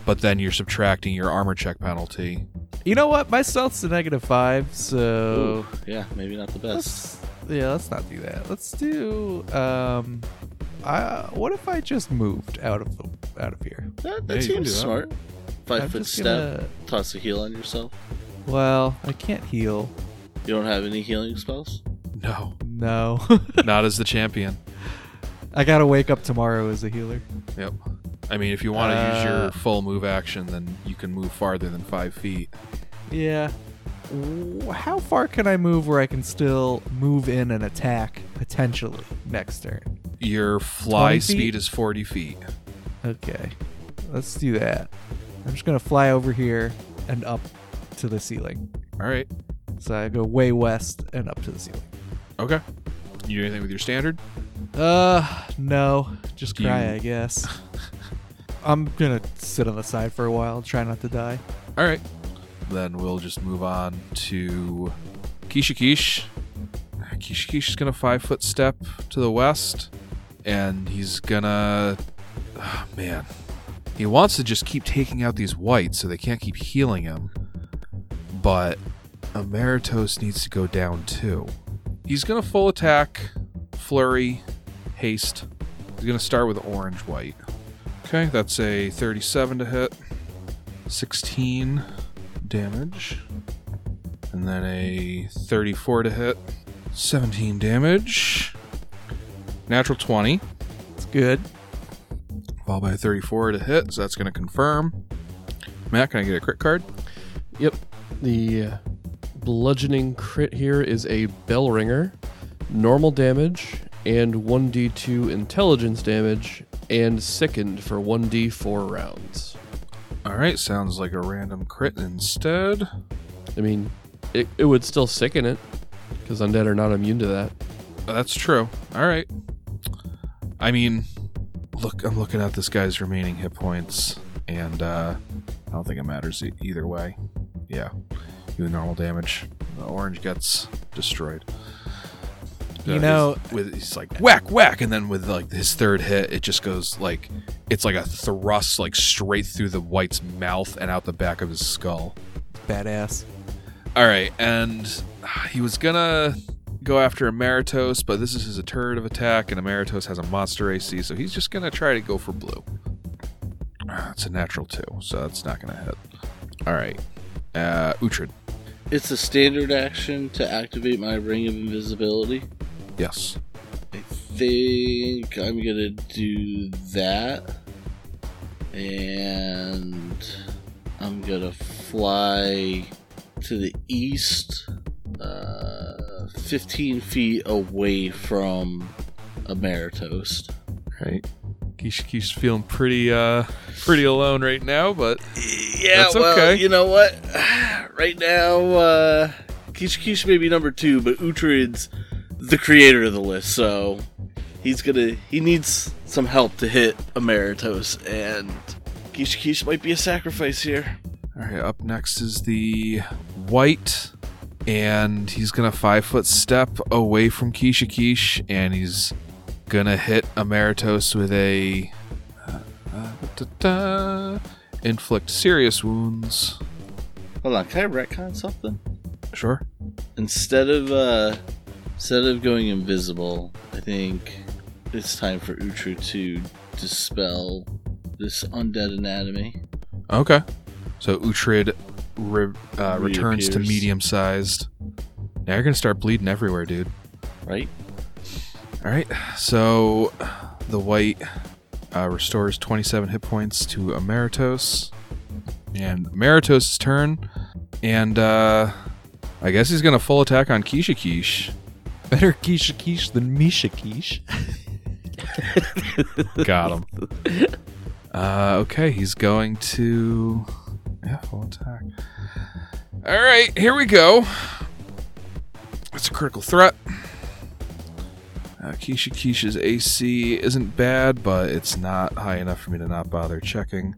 Speaker 1: but then you're subtracting your armor check penalty.
Speaker 2: You know what? My stealth's a negative five, so
Speaker 5: Ooh, yeah, maybe not the best.
Speaker 2: let's yeah, let's not do that. Let's do um, I what if I just moved out of the out of here?
Speaker 5: That,
Speaker 1: Yeah,
Speaker 5: that
Speaker 1: you can do
Speaker 5: seems
Speaker 1: that.
Speaker 5: smart. Five
Speaker 2: I'm
Speaker 5: foot
Speaker 2: just
Speaker 5: step,
Speaker 2: gonna-
Speaker 5: toss a heal on yourself.
Speaker 2: Well, I can't heal.
Speaker 5: You don't have any healing spells.
Speaker 1: No,
Speaker 2: No,
Speaker 1: not as the champion.
Speaker 2: I gotta wake up tomorrow as a healer.
Speaker 1: Yep. I mean, if you want to use
Speaker 2: Uh,
Speaker 1: your full move action, then you can move farther than five feet.
Speaker 2: Yeah. Wh- How far can I move where I can still move in and attack potentially next turn?
Speaker 1: Your fly
Speaker 2: 20 feet?
Speaker 1: speed is 40 feet.
Speaker 2: Okay. Let's do that. I'm just going to fly over here and up to the ceiling.
Speaker 1: All right.
Speaker 2: So I go way west and up to the ceiling.
Speaker 1: Okay. You do anything with your standard?
Speaker 2: Uh, no. Just
Speaker 1: Do
Speaker 2: cry,
Speaker 1: you-
Speaker 2: I guess. I'm going to sit on the side for a while, try not to die.
Speaker 1: All right. Then we'll just move on to Kishikish. Kishikish is going to five foot step to the west, and he's going to. Oh, man. He wants to just keep taking out these whites so they can't keep healing him, but Emeritos needs to go down too. He's going to full attack, flurry, haste. He's going to start with orange white. Okay, that's a 37 to hit. 16 damage. And then a 34 to hit. 17 damage. Natural 20.
Speaker 2: It's good.
Speaker 1: Followed by a 34 to hit, so that's going to confirm. Matt, can I get a crit card?
Speaker 4: Yep. The uh, bludgeoning crit here is a bell ringer, normal damage, and 1d2 intelligence damage, and sickened for 1d4 rounds.
Speaker 1: All right, sounds like a random crit instead.
Speaker 4: I mean, it, it would still sicken it, because undead are not immune to that.
Speaker 1: That's true. All right. I mean, look, I'm looking at this guy's remaining hit points, and uh, I don't think it matters e- either way. Yeah, you with normal damage. The orange gets destroyed.
Speaker 2: You
Speaker 1: Uh,
Speaker 2: know-
Speaker 1: he's- with he's like whack whack, and then with like his third hit, it just goes like it's like a thrust, like straight through the white's mouth and out the back of his skull.
Speaker 2: Badass.
Speaker 1: All right, and he was gonna go after Emeritos, but this is his alternative attack, and Emeritos has a monster AC, so he's just gonna try to go for blue. Ah, It's a natural two, so that's not gonna hit. All right, uh, Uhtred.
Speaker 5: It's a standard action to activate my ring of invisibility.
Speaker 1: Yes.
Speaker 5: I think I'm gonna do that, and I'm gonna fly to the east, uh, 15 feet away from Emeritos.
Speaker 1: All right. Kishiki's feeling pretty uh pretty alone right now, but
Speaker 5: Yeah,
Speaker 1: That's
Speaker 5: well,
Speaker 1: okay.
Speaker 5: you know what? Right now, uh, Kishikish may be number two, but Uhtred's the creator of the list, so he's gonna he needs some help to hit Emeritus, and Kishikish might be a sacrifice here.
Speaker 1: all right, up next is the white and he's gonna five foot step away from Kishikish and he's gonna hit Emeritus with a uh, da, da, inflict serious wounds.
Speaker 5: Hold on, can I retcon something?
Speaker 1: Sure.
Speaker 5: Instead of uh, instead of going invisible, I think it's time for Utrid to dispel this undead anatomy.
Speaker 1: Okay. So Uhtred re- uh, returns to
Speaker 5: Reappears.
Speaker 1: medium sized. Now you're gonna start bleeding everywhere, dude.
Speaker 5: Right?
Speaker 1: All right. So the white uh, restores 27 hit points to Emeritos. And Emeritos' turn. And uh, I guess he's going to full attack on Keisha Keish.
Speaker 2: Better Keisha Keish than Misha Keish.
Speaker 1: Got him. uh, okay. He's going to. Yeah, full attack. All right. Here we go. That's a critical threat. Uh, Keisha Keisha's AC isn't bad, but it's not high enough for me to not bother checking.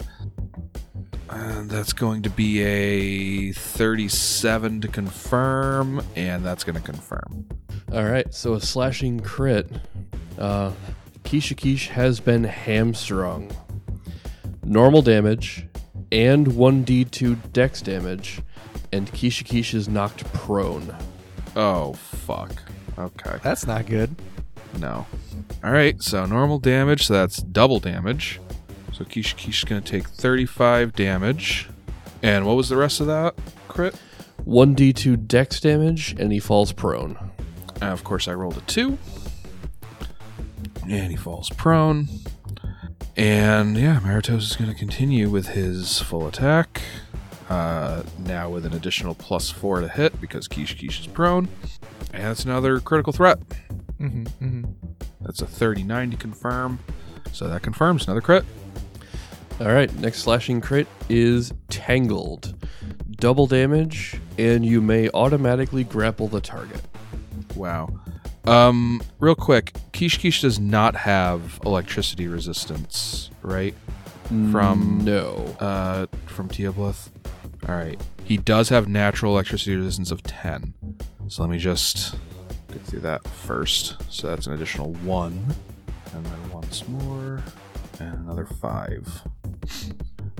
Speaker 1: And that's going to be a 37 to confirm, and that's going to confirm.
Speaker 4: All right, so a slashing crit. Uh, Keisha Keish has been hamstrung. Normal damage and 1d2 dex damage, and Keisha Keish is knocked prone.
Speaker 1: Oh, fuck. Okay.
Speaker 2: That's not good.
Speaker 1: No. All right, so normal damage, so that's double damage. So Keisha Keisha's going to take 35 damage. And what was the rest of that crit?
Speaker 4: 1d2 dex damage, and he falls prone.
Speaker 1: Uh, of course, I rolled a two. And he falls prone. And yeah, Maritos is going to continue with his full attack. Uh, now with an additional plus four to hit because Kish Kish is prone. And that's another critical threat.
Speaker 2: Mm-hmm, mm-hmm.
Speaker 1: That's a 39 to confirm. So that confirms another crit.
Speaker 4: All right, next slashing crit is Tangled. Double damage, and you may automatically grapple the target.
Speaker 1: Wow. Um, real quick, Kish Kish does not have electricity resistance, right?
Speaker 2: Mm,
Speaker 1: From
Speaker 4: No.
Speaker 1: uh, from Teoblith. All right. He does have natural electricity resistance of 10. So let me just get through that first. So that's an additional one. And then once more. And another five.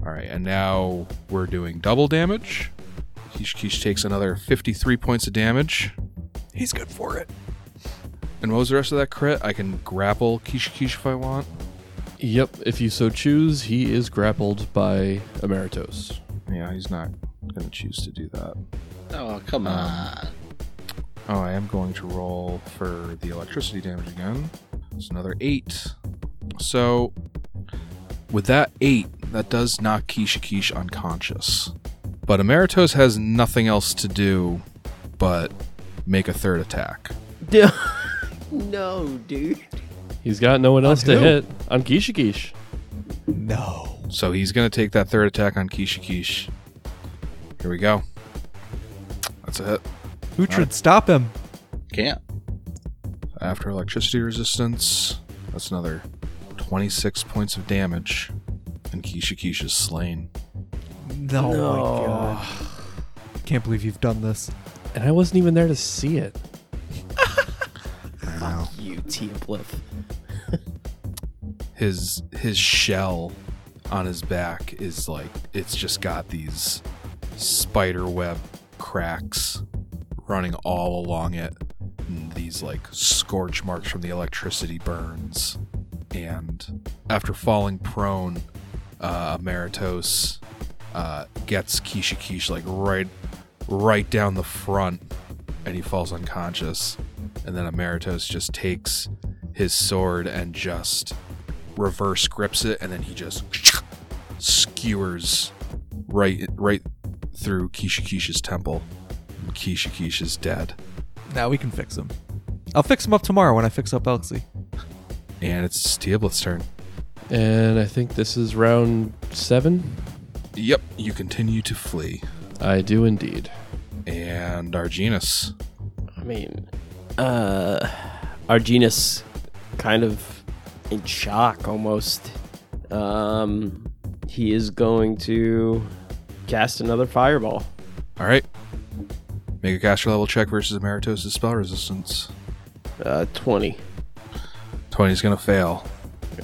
Speaker 1: All right. And now we're doing double damage. Kishkish takes another 53 points of damage.
Speaker 2: He's good for it.
Speaker 1: And what was the rest of that crit? I can grapple Kishikish if I want.
Speaker 4: Yep, if you so choose, he is grappled by Emeritos.
Speaker 1: Yeah, he's not going to choose to do that.
Speaker 5: Oh, come on.
Speaker 1: Oh, I am going to roll for the electricity damage again. It's another eight. So, with that eight, that does knock Kishikish unconscious. But Emeritos has nothing else to do but make a third attack.
Speaker 3: no, dude.
Speaker 4: He's got no one else to
Speaker 2: who?
Speaker 4: hit on Geisha Geish.
Speaker 2: No.
Speaker 1: So he's going to take that third attack on Kishikish. Here we go. That's a hit.
Speaker 2: Who should stop him?
Speaker 5: Can't.
Speaker 1: After electricity resistance, that's another 26 points of damage. And Kishikish is slain.
Speaker 2: No. My God. Can't believe you've done this.
Speaker 4: And I wasn't even there to see it.
Speaker 3: You Teoblith.
Speaker 1: his his shell on his back is like it's just got these spider web cracks running all along it and these like scorch marks from the electricity burns and after falling prone uh Meritos uh gets Kishikish like right right down the front and he falls unconscious and then Emeritus just takes his sword and just reverse grips it, and then he just skewers right right through Kishikisha's temple. And Kishikish is dead,
Speaker 2: Now we can fix him. I'll fix him up tomorrow when I fix up Elxie.
Speaker 1: and it's Teoblith's turn.
Speaker 4: And I think this is round seven.
Speaker 1: Yep, you continue to flee.
Speaker 4: I do indeed.
Speaker 1: And Arginus.
Speaker 3: I mean, uh, Arginus kind of in shock almost. Um, he is going to cast another fireball.
Speaker 1: All right. Make a caster level check versus Emeritus' spell resistance.
Speaker 3: Uh, 20.
Speaker 1: 20 is going to fail,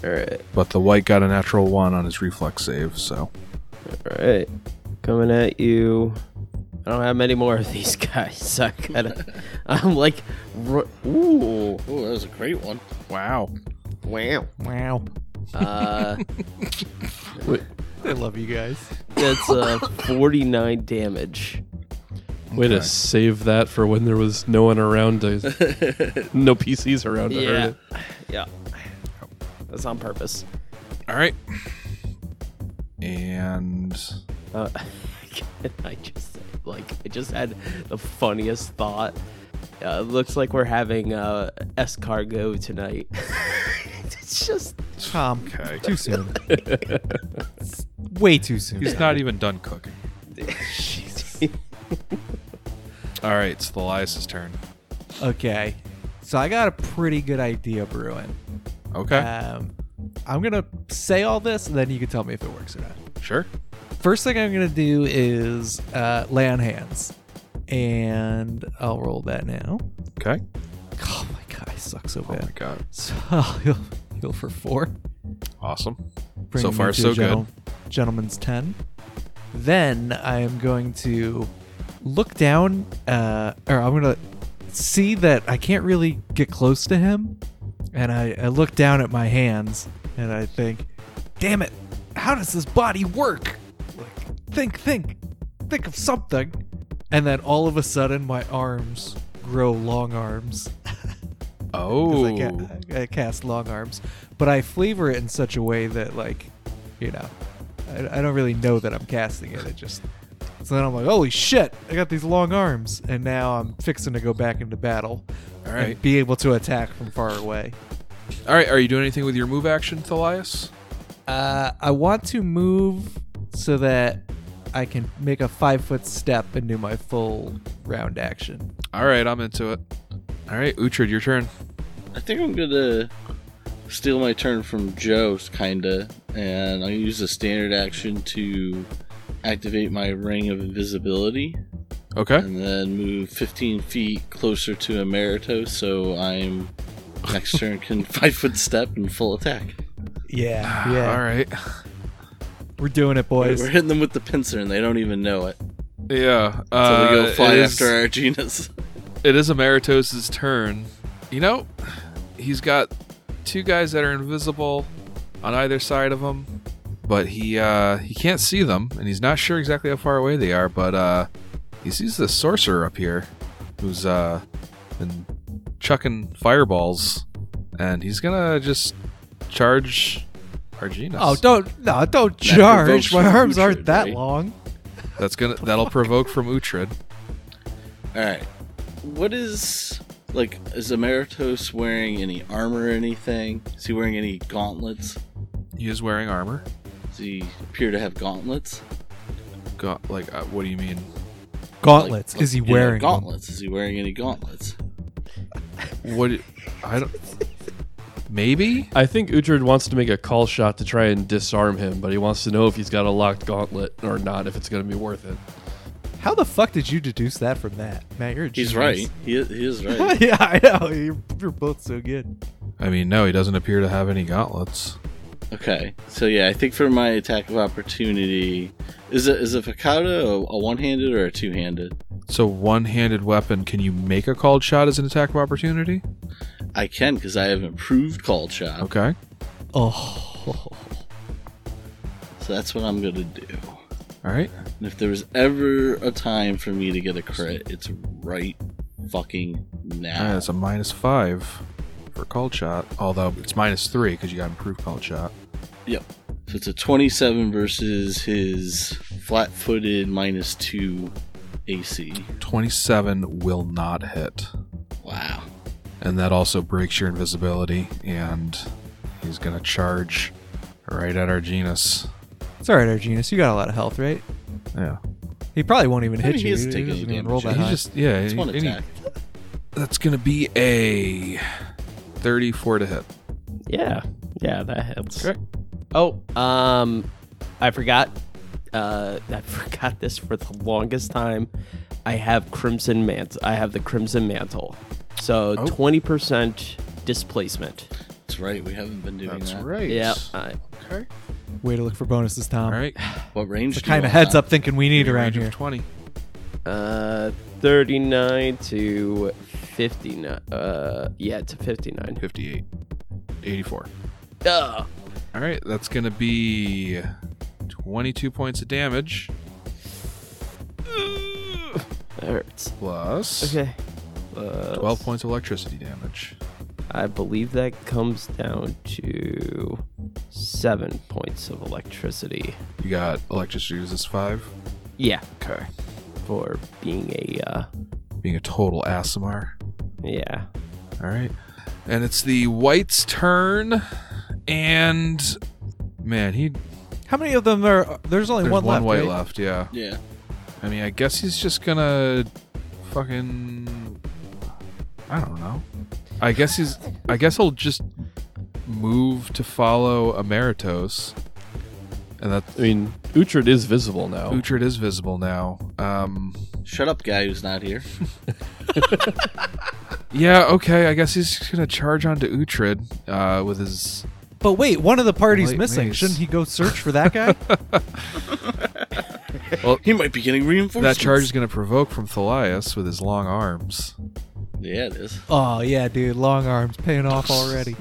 Speaker 3: All right,
Speaker 1: but the white got a natural 1 on his reflex save, so.
Speaker 3: all right. Coming at you. I don't have many more of these guys. So I gotta, I'm like, ru- ooh,
Speaker 5: Oh, that was a great one.
Speaker 1: Wow.
Speaker 3: wow.
Speaker 2: Wow.
Speaker 3: Uh,
Speaker 2: I love you guys.
Speaker 3: that's uh, 49 damage.
Speaker 4: Way to
Speaker 1: Okay.
Speaker 4: save that for when there was no one around to, no PCs around to hurt it.
Speaker 3: Yeah. That's on purpose.
Speaker 1: All right. And
Speaker 3: Uh, I just like I just had the funniest thought. Uh, looks like we're having uh, escargot tonight. it's just
Speaker 2: Tom,
Speaker 1: okay.
Speaker 2: too soon. Way too soon.
Speaker 1: He's not even done cooking. All right, it's the Elias's turn.
Speaker 2: Okay. So I got a pretty good idea brewing.
Speaker 1: Okay,
Speaker 2: Um, I'm going to say all this, and then you can tell me if it works or not.
Speaker 1: sure.
Speaker 2: First thing I'm going to do is uh, lay on hands. And I'll roll that now.
Speaker 1: Okay.
Speaker 2: Oh my god, I suck so
Speaker 1: Oh
Speaker 2: bad.
Speaker 1: my god,
Speaker 2: So I'll heal, heal for four.
Speaker 1: awesome.
Speaker 2: bringing
Speaker 1: So far,
Speaker 2: me to
Speaker 1: so
Speaker 2: a gentle- Gentleman's 10. Then I am going to look down, uh, or I'm going to see that I can't really get close to him. And I, I look down at my hands and I think, damn it, how does this body work? Like, think, think, think of something. And then all of a sudden, my arms grow long arms. 'cause
Speaker 1: Oh,
Speaker 2: I, uh, ca- I cast long arms, but I flavor it in such a way that like, you know, I, I don't really know that I'm casting it. It just so then I'm like, holy shit, I got these long arms, and now I'm fixing to go back into battle
Speaker 1: all
Speaker 2: and
Speaker 1: right,
Speaker 2: be able to attack from far away.
Speaker 1: all right. Are you doing anything with your move action, Elias?
Speaker 2: Uh, I want to move so that I can make a five foot step and do my full round action.
Speaker 1: All right, I'm into it. All right, Uhtred, your turn.
Speaker 5: I think I'm gonna steal my turn from Joe's, kinda, and I'll use a standard action to activate my ring of invisibility,
Speaker 1: Okay.
Speaker 5: and then move 15 feet closer to Emeritus, so I'm next turn can five foot step and full attack.
Speaker 2: Yeah, yeah,
Speaker 1: All right.
Speaker 2: we're doing it,
Speaker 5: We're
Speaker 2: boys.
Speaker 5: hitting them with the pincer, and they don't even know it.
Speaker 1: Yeah.
Speaker 5: So
Speaker 1: Uh,
Speaker 5: we go fly
Speaker 1: it is-
Speaker 5: after our genus.
Speaker 1: it is Emeritus' turn. You know, he's got two guys that are invisible on either side of him, but he uh, he can't see them, and he's not sure exactly how far away they are. But uh, he sees the sorcerer up here, who's uh, been chucking fireballs, and he's gonna just charge Arginus.
Speaker 2: Oh, don't no, don't charge.
Speaker 5: provokes
Speaker 2: My
Speaker 5: you,
Speaker 2: arms
Speaker 5: Uhtred,
Speaker 2: aren't that
Speaker 5: right?
Speaker 2: long.
Speaker 1: that's gonna that'll provoke from Uhtred.
Speaker 5: All right. What is like? Is Emeritus wearing any armor or anything? Is he wearing any gauntlets?
Speaker 1: He is wearing armor.
Speaker 5: Does he appear to have gauntlets?
Speaker 1: Go, like, uh, what do you mean?
Speaker 2: Gauntlets.
Speaker 5: Like-
Speaker 2: is he
Speaker 5: yeah,
Speaker 2: wearing them?
Speaker 5: gauntlets? Is he wearing any gauntlets?
Speaker 1: What? I don't. Maybe.
Speaker 4: I think Uhtred wants to make a call shot to try and disarm him, but he wants to know if he's got a locked gauntlet or not, if it's going to be worth it.
Speaker 2: How the fuck did you deduce that from that, Matt? You're a
Speaker 5: He's
Speaker 2: genius.
Speaker 5: right. He is, he is right.
Speaker 2: yeah, I know. You're, you're both so good.
Speaker 1: I mean, no, he doesn't appear to have any gauntlets.
Speaker 5: okay. So yeah, I think for my attack of opportunity, is it is a Fakata a, a one-handed or a two-handed?
Speaker 1: So, one handed weapon, can you make a called shot as an attack of opportunity?
Speaker 5: I can because I have improved called shot.
Speaker 1: Okay.
Speaker 2: Oh,
Speaker 5: So that's what I'm gonna do.
Speaker 1: All right.
Speaker 5: And if there was ever a time for me to get a crit, it's right fucking
Speaker 1: All right
Speaker 5: now.
Speaker 1: that's a minus five for called shot, although it's minus three because you got improved called shot.
Speaker 5: Yep. So it's a 27 versus his flat footed minus 2 AC.
Speaker 1: 27 will not hit.
Speaker 5: Wow.
Speaker 1: And that also breaks your invisibility, and he's going to charge Right at our genus.
Speaker 2: It's all right, Arginus. You got a lot of health, right?
Speaker 1: Yeah.
Speaker 2: He probably won't even
Speaker 5: I
Speaker 2: hit
Speaker 5: mean, he
Speaker 2: you.
Speaker 5: is taking
Speaker 2: doesn't
Speaker 5: any
Speaker 2: even roll that
Speaker 5: damage.
Speaker 1: He's
Speaker 2: high.
Speaker 1: just yeah.
Speaker 5: It's one
Speaker 1: any-
Speaker 5: attack.
Speaker 1: that's gonna be a thirty-four to hit.
Speaker 3: Yeah, yeah, that helps.
Speaker 1: Correct.
Speaker 3: Oh, um, I forgot. Uh, I forgot this for the longest time. I have crimson mantle. I have the crimson mantle, so
Speaker 1: Oh.
Speaker 3: twenty percent displacement.
Speaker 5: That's right. We haven't been doing that.
Speaker 1: right.
Speaker 3: Yeah, I,
Speaker 1: Okay.
Speaker 2: Way to look for bonuses, Tom.
Speaker 1: All right.
Speaker 5: What range?
Speaker 2: It's
Speaker 5: do
Speaker 2: the
Speaker 5: you
Speaker 2: kind of
Speaker 5: want
Speaker 2: heads
Speaker 5: on?
Speaker 2: up thinking we need
Speaker 1: Range
Speaker 2: around here.
Speaker 1: of twenty.
Speaker 3: uh, thirty-nine to fifty-nine. Uh, yeah, to fifty-nine.
Speaker 1: 58. 84.
Speaker 3: Duh.
Speaker 1: All right, that's going to be 22 points of damage
Speaker 3: That hurts.
Speaker 1: plus
Speaker 3: Okay. Uh,
Speaker 1: 12 points of electricity damage.
Speaker 3: I believe that comes down to seven points of electricity.
Speaker 1: You got electricity resist 5.
Speaker 3: Yeah,
Speaker 1: Okay.
Speaker 3: for being a uh,
Speaker 1: Being a total Asimar.
Speaker 3: yeah.
Speaker 1: All right. And it's the white's turn. And man, he
Speaker 2: How many of them are? There's only
Speaker 1: there's
Speaker 2: one,
Speaker 1: one,
Speaker 2: left.
Speaker 1: white
Speaker 2: right?
Speaker 1: left, yeah.
Speaker 5: Yeah.
Speaker 1: I mean, I guess he's just going to fucking I don't know. I guess he's I guess he'll just move to follow Emeritos. And that
Speaker 4: I mean, Uhtred is visible now.
Speaker 1: Uhtred is visible now. Um,
Speaker 5: Shut up, guy who's not here.
Speaker 1: yeah, okay. I guess he's just gonna charge onto Uhtred uh, with his.
Speaker 2: But wait, one of the party's
Speaker 1: Light
Speaker 2: missing.
Speaker 1: mace.
Speaker 2: Shouldn't he go search for that guy?
Speaker 5: He might be getting reinforcements.
Speaker 1: That charge is gonna provoke from Thalias with his long arms.
Speaker 5: Yeah, it is.
Speaker 2: oh yeah, dude. Long arms paying off already.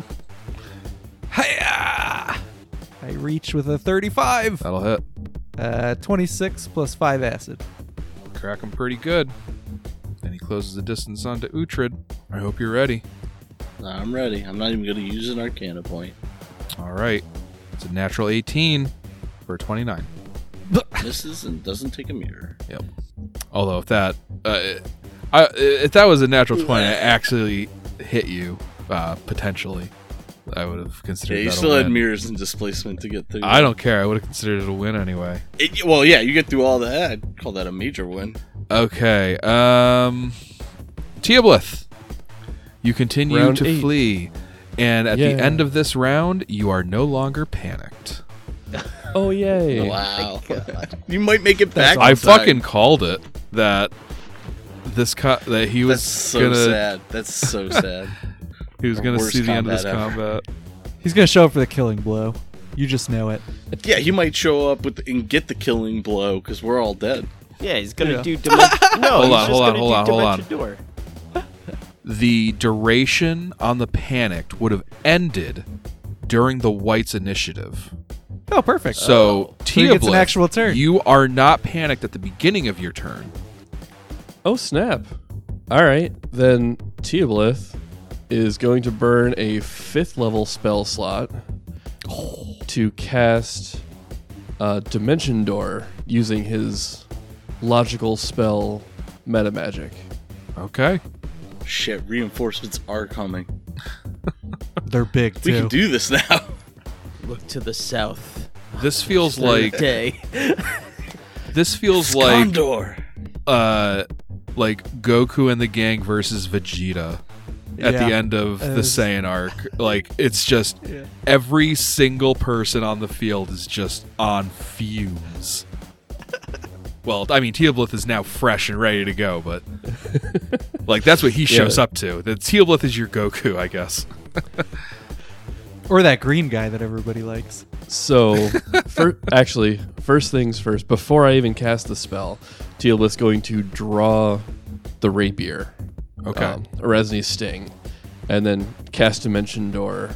Speaker 2: Hiya! I reach with a 35.
Speaker 1: That'll hit.
Speaker 2: Uh, 26 plus five acid.
Speaker 1: Crack him pretty good. And he closes the distance onto Uhtred. I hope you're ready.
Speaker 5: No, I'm ready. I'm not even going to use an Arcana point.
Speaker 1: All right. It's a natural 18 for a 29.
Speaker 5: Misses and doesn't take a mirror.
Speaker 1: Yep. Although if that, uh, I, if that was a natural twenty, I actually hit you uh, potentially. I would have considered.
Speaker 5: Yeah, you
Speaker 1: that a
Speaker 5: still had
Speaker 1: win.
Speaker 5: mirrors and displacement to get through.
Speaker 1: I don't care. I would have considered it a win anyway.
Speaker 5: It- well, yeah, you get through all that. I'd call that a major win.
Speaker 1: Okay. Um, Teoblith, you continue
Speaker 4: Round
Speaker 1: to
Speaker 4: eight.
Speaker 1: flee, and at
Speaker 4: Yeah.
Speaker 1: the end of this round, you are no longer panicked.
Speaker 4: Oh yay!
Speaker 5: Wow. you might make it back.
Speaker 1: I
Speaker 5: in time.
Speaker 1: fucking called it that. This co- that he was
Speaker 5: That's so
Speaker 1: gonna
Speaker 5: sad. That's so sad.
Speaker 1: he was gonna
Speaker 5: Worst
Speaker 1: see the end of this
Speaker 5: combat ever.
Speaker 1: combat.
Speaker 2: He's gonna show up for the killing blow. You just know it.
Speaker 5: yeah, he might show up with and get the killing blow because we're all dead.
Speaker 3: Yeah, he's gonna
Speaker 2: Yeah.
Speaker 3: do dimension. No,
Speaker 1: Hold
Speaker 3: he's
Speaker 1: on,
Speaker 3: just
Speaker 1: hold on,
Speaker 3: gonna
Speaker 1: hold
Speaker 3: do
Speaker 1: on, hold on.
Speaker 3: dimension door.
Speaker 1: the duration on the panicked would have ended during the white's initiative.
Speaker 2: Oh, perfect.
Speaker 1: So,
Speaker 2: So he
Speaker 1: Tia
Speaker 2: gets an actual turn.
Speaker 1: you are not panicked at the beginning of your turn.
Speaker 4: Oh snap! All right, then Teoblith is going to burn a fifth level spell slot to cast uh, Dimension Door using his logical spell meta magic.
Speaker 1: Okay.
Speaker 5: Shit, reinforcements are coming.
Speaker 2: Uh, They're big
Speaker 5: We
Speaker 2: too.
Speaker 5: can do this now.
Speaker 3: Look to the south.
Speaker 1: This feels like
Speaker 3: day.
Speaker 1: this feels like
Speaker 5: Condor.
Speaker 1: uh like Goku and the gang versus Vegeta at the
Speaker 2: Yeah.
Speaker 1: end of
Speaker 2: Uh,
Speaker 1: the
Speaker 2: this-
Speaker 1: Saiyan arc. Like it's just every single person on the field is just on fumes. well, I mean Teoblith is now fresh and ready to go, but like that's what he shows up to. The Teoblith is your Goku, I guess.
Speaker 2: or that green guy that everybody likes.
Speaker 4: So, fir- actually, first things first. Before I even cast the spell, Teoblith's going to draw the rapier,
Speaker 1: Okay.
Speaker 4: Erasni's Um, sting, and then cast Dimension Door,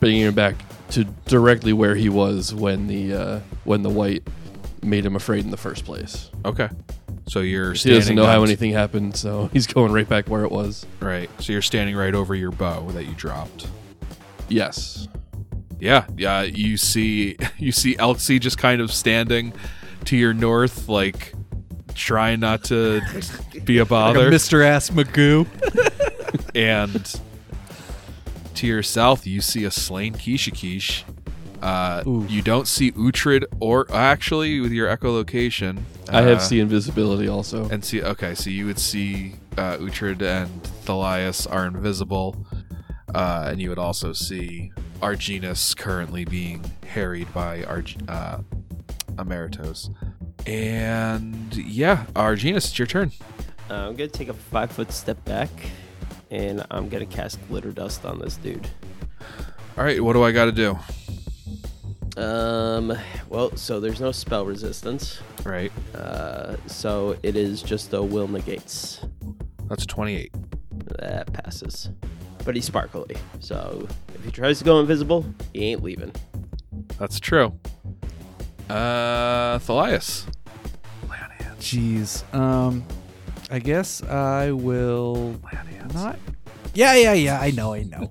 Speaker 4: bringing him back to directly where he was when the uh, when the white made him afraid in the first place.
Speaker 1: okay. So you're
Speaker 4: He
Speaker 1: standing
Speaker 4: doesn't know how
Speaker 1: on-
Speaker 4: anything happened, so he's going right back where it was.
Speaker 1: right. So you're standing right over your bow that you dropped.
Speaker 4: Yes.
Speaker 1: yeah yeah you see you see elsie just kind of standing to your north like trying not to be a
Speaker 2: Like a
Speaker 1: bother
Speaker 2: Mr. Ass Magoo.
Speaker 1: and to your south you see a slain kishikish Uh,
Speaker 2: Ooh.
Speaker 1: you don't see Uhtred or actually with your echolocation.
Speaker 4: I
Speaker 1: uh,
Speaker 4: have see invisibility also.
Speaker 1: and see. Okay, so you would see uh, Uhtred and Thalias are invisible, uh, and you would also see Arginus currently being harried by Arg- uh, Emeritus. And yeah, Arginus, it's your turn.
Speaker 3: Uh, I'm gonna take a five foot step back, and I'm gonna cast glitter dust on this dude.
Speaker 1: All right, what do I got to do?
Speaker 3: Um, well, so there's no spell resistance,
Speaker 1: Right,
Speaker 3: uh, so it is just a will negates.
Speaker 1: that's twenty-eight.
Speaker 3: That passes. But he's sparkly, so if he tries to go invisible, he ain't leaving.
Speaker 1: That's true. Uh, Thalias.
Speaker 2: Jeez. Um, I guess I will not. Yeah, yeah, yeah. I know, I know.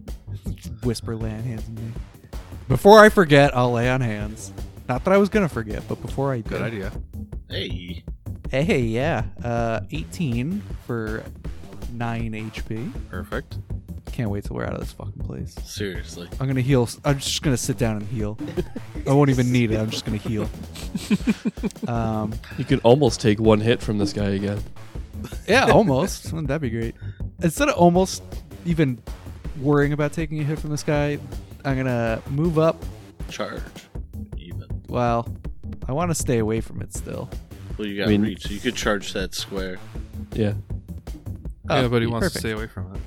Speaker 2: Whisper lay on hands in me. Before I forget, I'll lay on hands. Not that I was gonna forget, but before I
Speaker 1: Good
Speaker 2: do.
Speaker 1: idea.
Speaker 5: Hey,
Speaker 2: Hey, yeah. Uh, 18 for 9 HP.
Speaker 1: Perfect.
Speaker 2: Can't wait till we're out of this fucking place.
Speaker 5: seriously.
Speaker 2: I'm gonna heal. I'm just gonna sit down and heal. I won't even need it. I'm just gonna heal. Um,
Speaker 4: You can almost take one hit from this guy again.
Speaker 2: yeah, almost. Wouldn't that be great? Instead of almost even worrying about taking a hit from this guy, I'm gonna move up.
Speaker 5: Charge. Even.
Speaker 2: Well, I want to stay away from it still.
Speaker 5: Well, you got
Speaker 4: I mean-
Speaker 5: reach, so you could charge that square.
Speaker 4: Yeah.
Speaker 1: yeah, but he wants
Speaker 2: Oh, perfect.
Speaker 1: to stay away from it.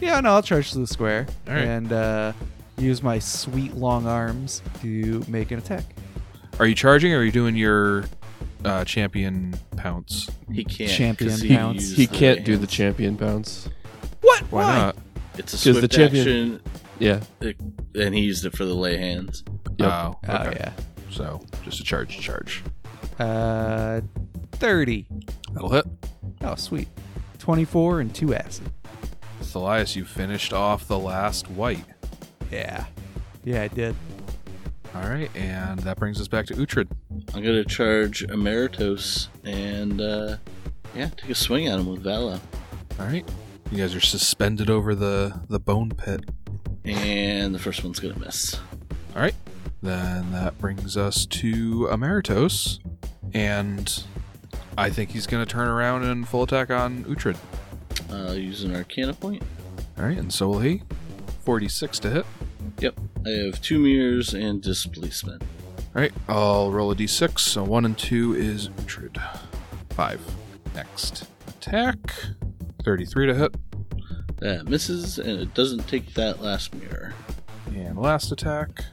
Speaker 2: Yeah, no, I'll charge to the square
Speaker 1: All right.
Speaker 2: and uh, use my sweet long arms to make an attack.
Speaker 1: Are you charging or are you doing your uh, champion pounce?
Speaker 5: He can't.
Speaker 2: Champion
Speaker 5: 'cause
Speaker 2: bounce.
Speaker 5: uses
Speaker 4: He can't do
Speaker 5: hands.
Speaker 4: the champion bounce.
Speaker 2: What?
Speaker 1: Why not?
Speaker 5: It's a
Speaker 4: 'Cause the
Speaker 5: swift
Speaker 4: champion- Yeah.
Speaker 5: action, and he used it for the lay hands.
Speaker 4: Yep.
Speaker 1: Oh,
Speaker 2: Oh
Speaker 1: okay.
Speaker 2: yeah.
Speaker 1: So just a charge, charge.
Speaker 2: Uh, 30.
Speaker 1: That'll hit.
Speaker 2: Oh, sweet. 24 and 2 acid.
Speaker 1: Thalias, you finished off the last white.
Speaker 2: Yeah. Yeah, I did.
Speaker 1: All right, and that brings us back to Uhtred.
Speaker 5: I'm gonna charge Emeritus and uh, yeah, take a swing at him with Vala.
Speaker 1: All right, you guys are suspended over the the bone pit.
Speaker 5: And the first one's gonna miss.
Speaker 1: All right, then that brings us to Emeritus, and I think he's going to turn around and full attack on Uhtred.
Speaker 5: Uh, use an Arcana point.
Speaker 1: All right, and so will he. Forty-six to hit.
Speaker 5: Yep. I have two mirrors and displacement.
Speaker 1: All right, I'll roll a d6. So one and two is Uhtred. Five. Next attack. Thirty-three to hit.
Speaker 5: That misses, and it doesn't take that last mirror.
Speaker 1: And last attack,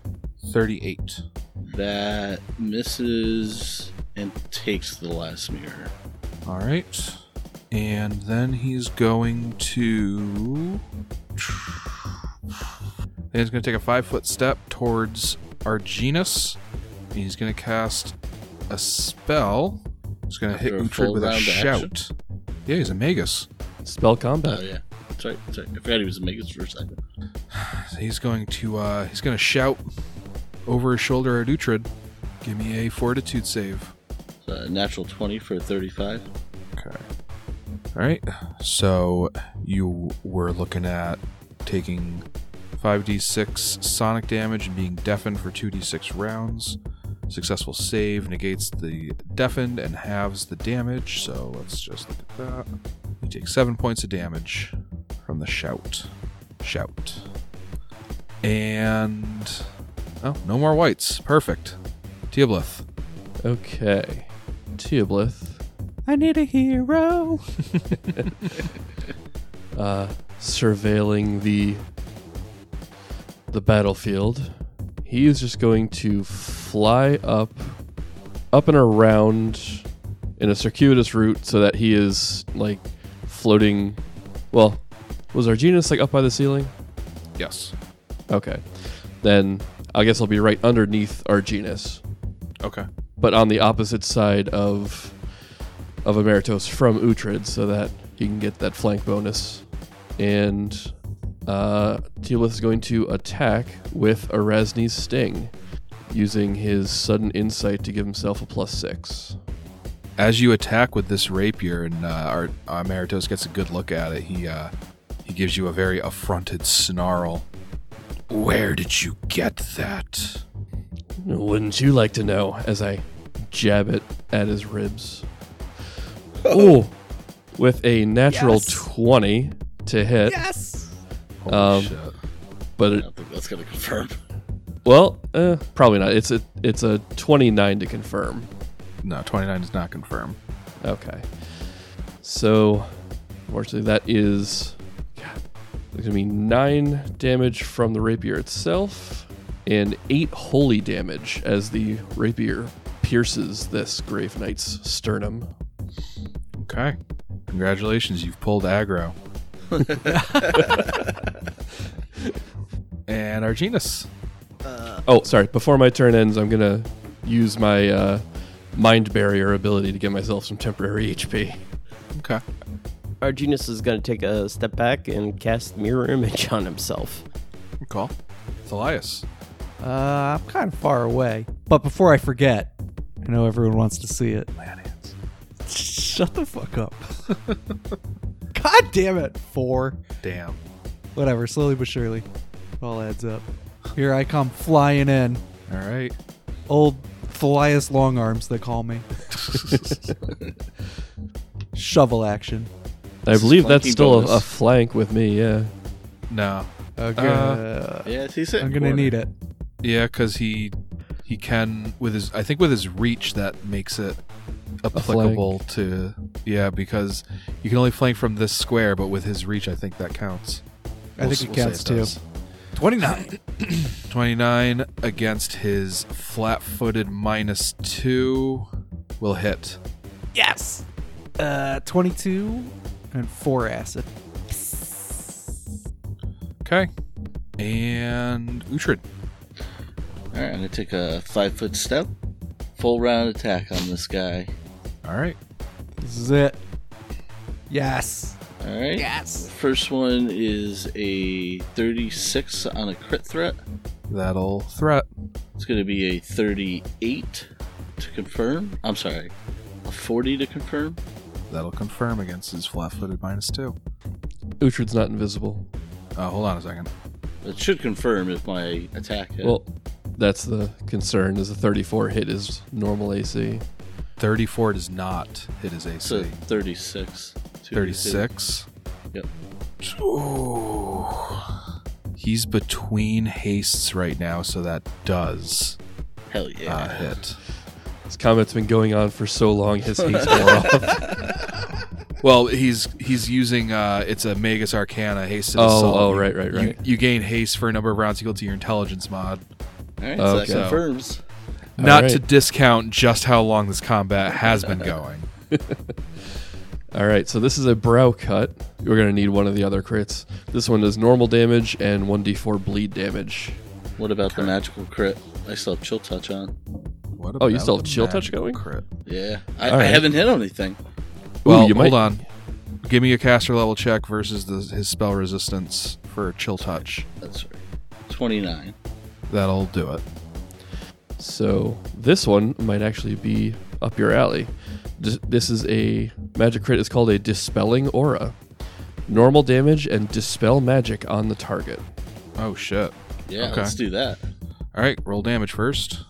Speaker 1: 38.
Speaker 5: That misses and takes the last mirror.
Speaker 1: All right. And then he's going to. Then he's going to take a five foot step towards Arginus. And he's going to cast a spell. He's going to hit
Speaker 5: After a
Speaker 1: Uhtred
Speaker 5: full
Speaker 1: with a
Speaker 5: round action?
Speaker 1: shout. Yeah, he's a Magus.
Speaker 4: Spell
Speaker 5: Oh
Speaker 4: combat.
Speaker 5: yeah, that's right. That's right. I forgot he was a Magus for a second.
Speaker 1: So he's going to uh, he's going to shout over his shoulder at Uhtred. Give me a Fortitude save.
Speaker 5: So, a Uh, natural twenty for thirty-five.
Speaker 1: Okay. All right. So you were looking at taking 5d6 sonic damage and being deafened for 2d6 rounds. Successful save negates the deafened and halves the damage. So let's just look at that. You take 7 points of damage from the shout. Shout. And. Oh, no more whites. Perfect. Teoblith.
Speaker 4: Okay. Teoblith.
Speaker 2: I need a hero.
Speaker 4: uh, surveilling the the battlefield. He is just going to fly up, up and around in a circuitous route so that he is like floating. Well, was Arginus like up by the ceiling?
Speaker 1: Yes.
Speaker 4: Okay, then I guess I'll be right underneath Arginus,
Speaker 1: Okay.
Speaker 4: but on the opposite side of of Emeritus from Uhtred, so that he can get that flank bonus. And uh, Teal'c is going to attack with Erasni's Sting, using his sudden insight to give himself a plus six.
Speaker 1: As you attack with this rapier, and uh, our, our Meritos gets a good look at it, he uh, he gives you a very affronted snarl, Where did you get that?
Speaker 4: Wouldn't you like to know? As I jab it at his ribs. Oh, with a natural
Speaker 2: Yes.
Speaker 4: 20 to hit.
Speaker 2: Yes.
Speaker 1: Holy
Speaker 4: Um,
Speaker 1: shit.
Speaker 4: But
Speaker 5: I
Speaker 4: it,
Speaker 5: don't think that's gonna confirm.
Speaker 4: well, uh, probably not. It's a it's a 29 to confirm.
Speaker 1: No, 29 does not confirm.
Speaker 4: Okay. So, unfortunately, that is God, there's gonna be nine damage from the rapier itself, and eight holy damage as the rapier pierces this grave knight's sternum.
Speaker 1: Okay. Congratulations, you've pulled aggro. and Arginus.
Speaker 4: Oh, sorry. Before my turn ends, I'm gonna use my uh, mind barrier ability to give myself some temporary HP.
Speaker 1: Okay.
Speaker 3: Our genius is going to take a step back and cast mirror image on himself.
Speaker 1: Good call. Thalias.
Speaker 2: Uh, I'm kind of far away, but before I forget, I know everyone wants to see it. Shut the fuck up. God damn it. Four.
Speaker 1: Damn.
Speaker 2: Whatever. Slowly but surely, it all adds up. Here I come flying in.
Speaker 1: All right.
Speaker 2: Old Thalias long arms, they call me. Shovel action.
Speaker 4: I
Speaker 5: This is
Speaker 4: believe that's
Speaker 5: flanking
Speaker 4: still a,
Speaker 5: bonus.
Speaker 4: a flank with me. Yeah.
Speaker 1: No.
Speaker 2: Okay. Uh,
Speaker 5: Yeah, he's
Speaker 2: I'm gonna need it.
Speaker 1: Yeah, because he he can with his I think with his reach that makes it applicable to yeah because you can only flank from this square, but with his reach I think that counts.
Speaker 2: I think it counts too.
Speaker 1: Twenty nine. Twenty nine against his flat footed minus two will hit.
Speaker 2: Yes. Uh, 22 and four acid.
Speaker 1: Okay. And Uhtred.
Speaker 5: All right, I'm gonna take a five foot step, full round attack on this guy.
Speaker 1: Alright.
Speaker 2: This is it. Yes.
Speaker 5: All right.
Speaker 2: Yes.
Speaker 5: First one is a 36 on a crit threat.
Speaker 1: That'll threat.
Speaker 5: It's going to be a 38 to confirm. I'm sorry, a 40 to confirm.
Speaker 1: That'll confirm against his flat footed minus two.
Speaker 4: Uhtred's not invisible.
Speaker 1: Uh, hold on a second.
Speaker 5: It should confirm if my attack hit.
Speaker 4: Well, that's the concern. Is a 34 hit is normal AC?
Speaker 1: Thirty four does not hit his AC.
Speaker 5: so 36.
Speaker 1: 36.
Speaker 5: Yep.
Speaker 1: Ooh. He's between hastes right now, so that does
Speaker 5: Hell yeah.
Speaker 4: Ah,
Speaker 1: uh, hit.
Speaker 4: This comment's been going on for so long. His hate's wore off.
Speaker 1: Well, he's he's using uh, it's a Magus Arcana haste.
Speaker 4: Oh,
Speaker 1: assault.
Speaker 4: oh,
Speaker 1: You-
Speaker 4: right, right,
Speaker 1: you-
Speaker 4: right.
Speaker 1: You, gain haste for a number of rounds equal to your intelligence mod.
Speaker 5: All right, so that
Speaker 4: Okay.
Speaker 5: confirms.
Speaker 1: Not to
Speaker 4: right.
Speaker 1: discount just how long this combat has been going.
Speaker 4: All right, so this is a brow cut. We're gonna need one of the other crits. This one does normal damage and 1d4 bleed damage.
Speaker 5: What about the magical crit? I still have chill touch on.
Speaker 1: What
Speaker 4: Oh, you
Speaker 1: about
Speaker 4: still
Speaker 1: the
Speaker 4: have chill touch
Speaker 1: magical
Speaker 4: going?
Speaker 1: Crit?
Speaker 5: Yeah. I,
Speaker 4: All
Speaker 5: I
Speaker 4: right.
Speaker 5: haven't hit on anything.
Speaker 1: Well,
Speaker 4: you
Speaker 1: hold
Speaker 4: might-
Speaker 1: on. Give me a caster level check versus the, his spell resistance for chill touch.
Speaker 5: That's right. 29.
Speaker 1: That'll do it.
Speaker 4: So this one might actually be up your alley. Dis- This is a magic crit. It's called a dispelling aura. Normal damage and dispel magic on the target.
Speaker 1: Oh shit.
Speaker 5: Yeah,
Speaker 1: Okay.
Speaker 5: let's do that.
Speaker 1: All right, roll damage first.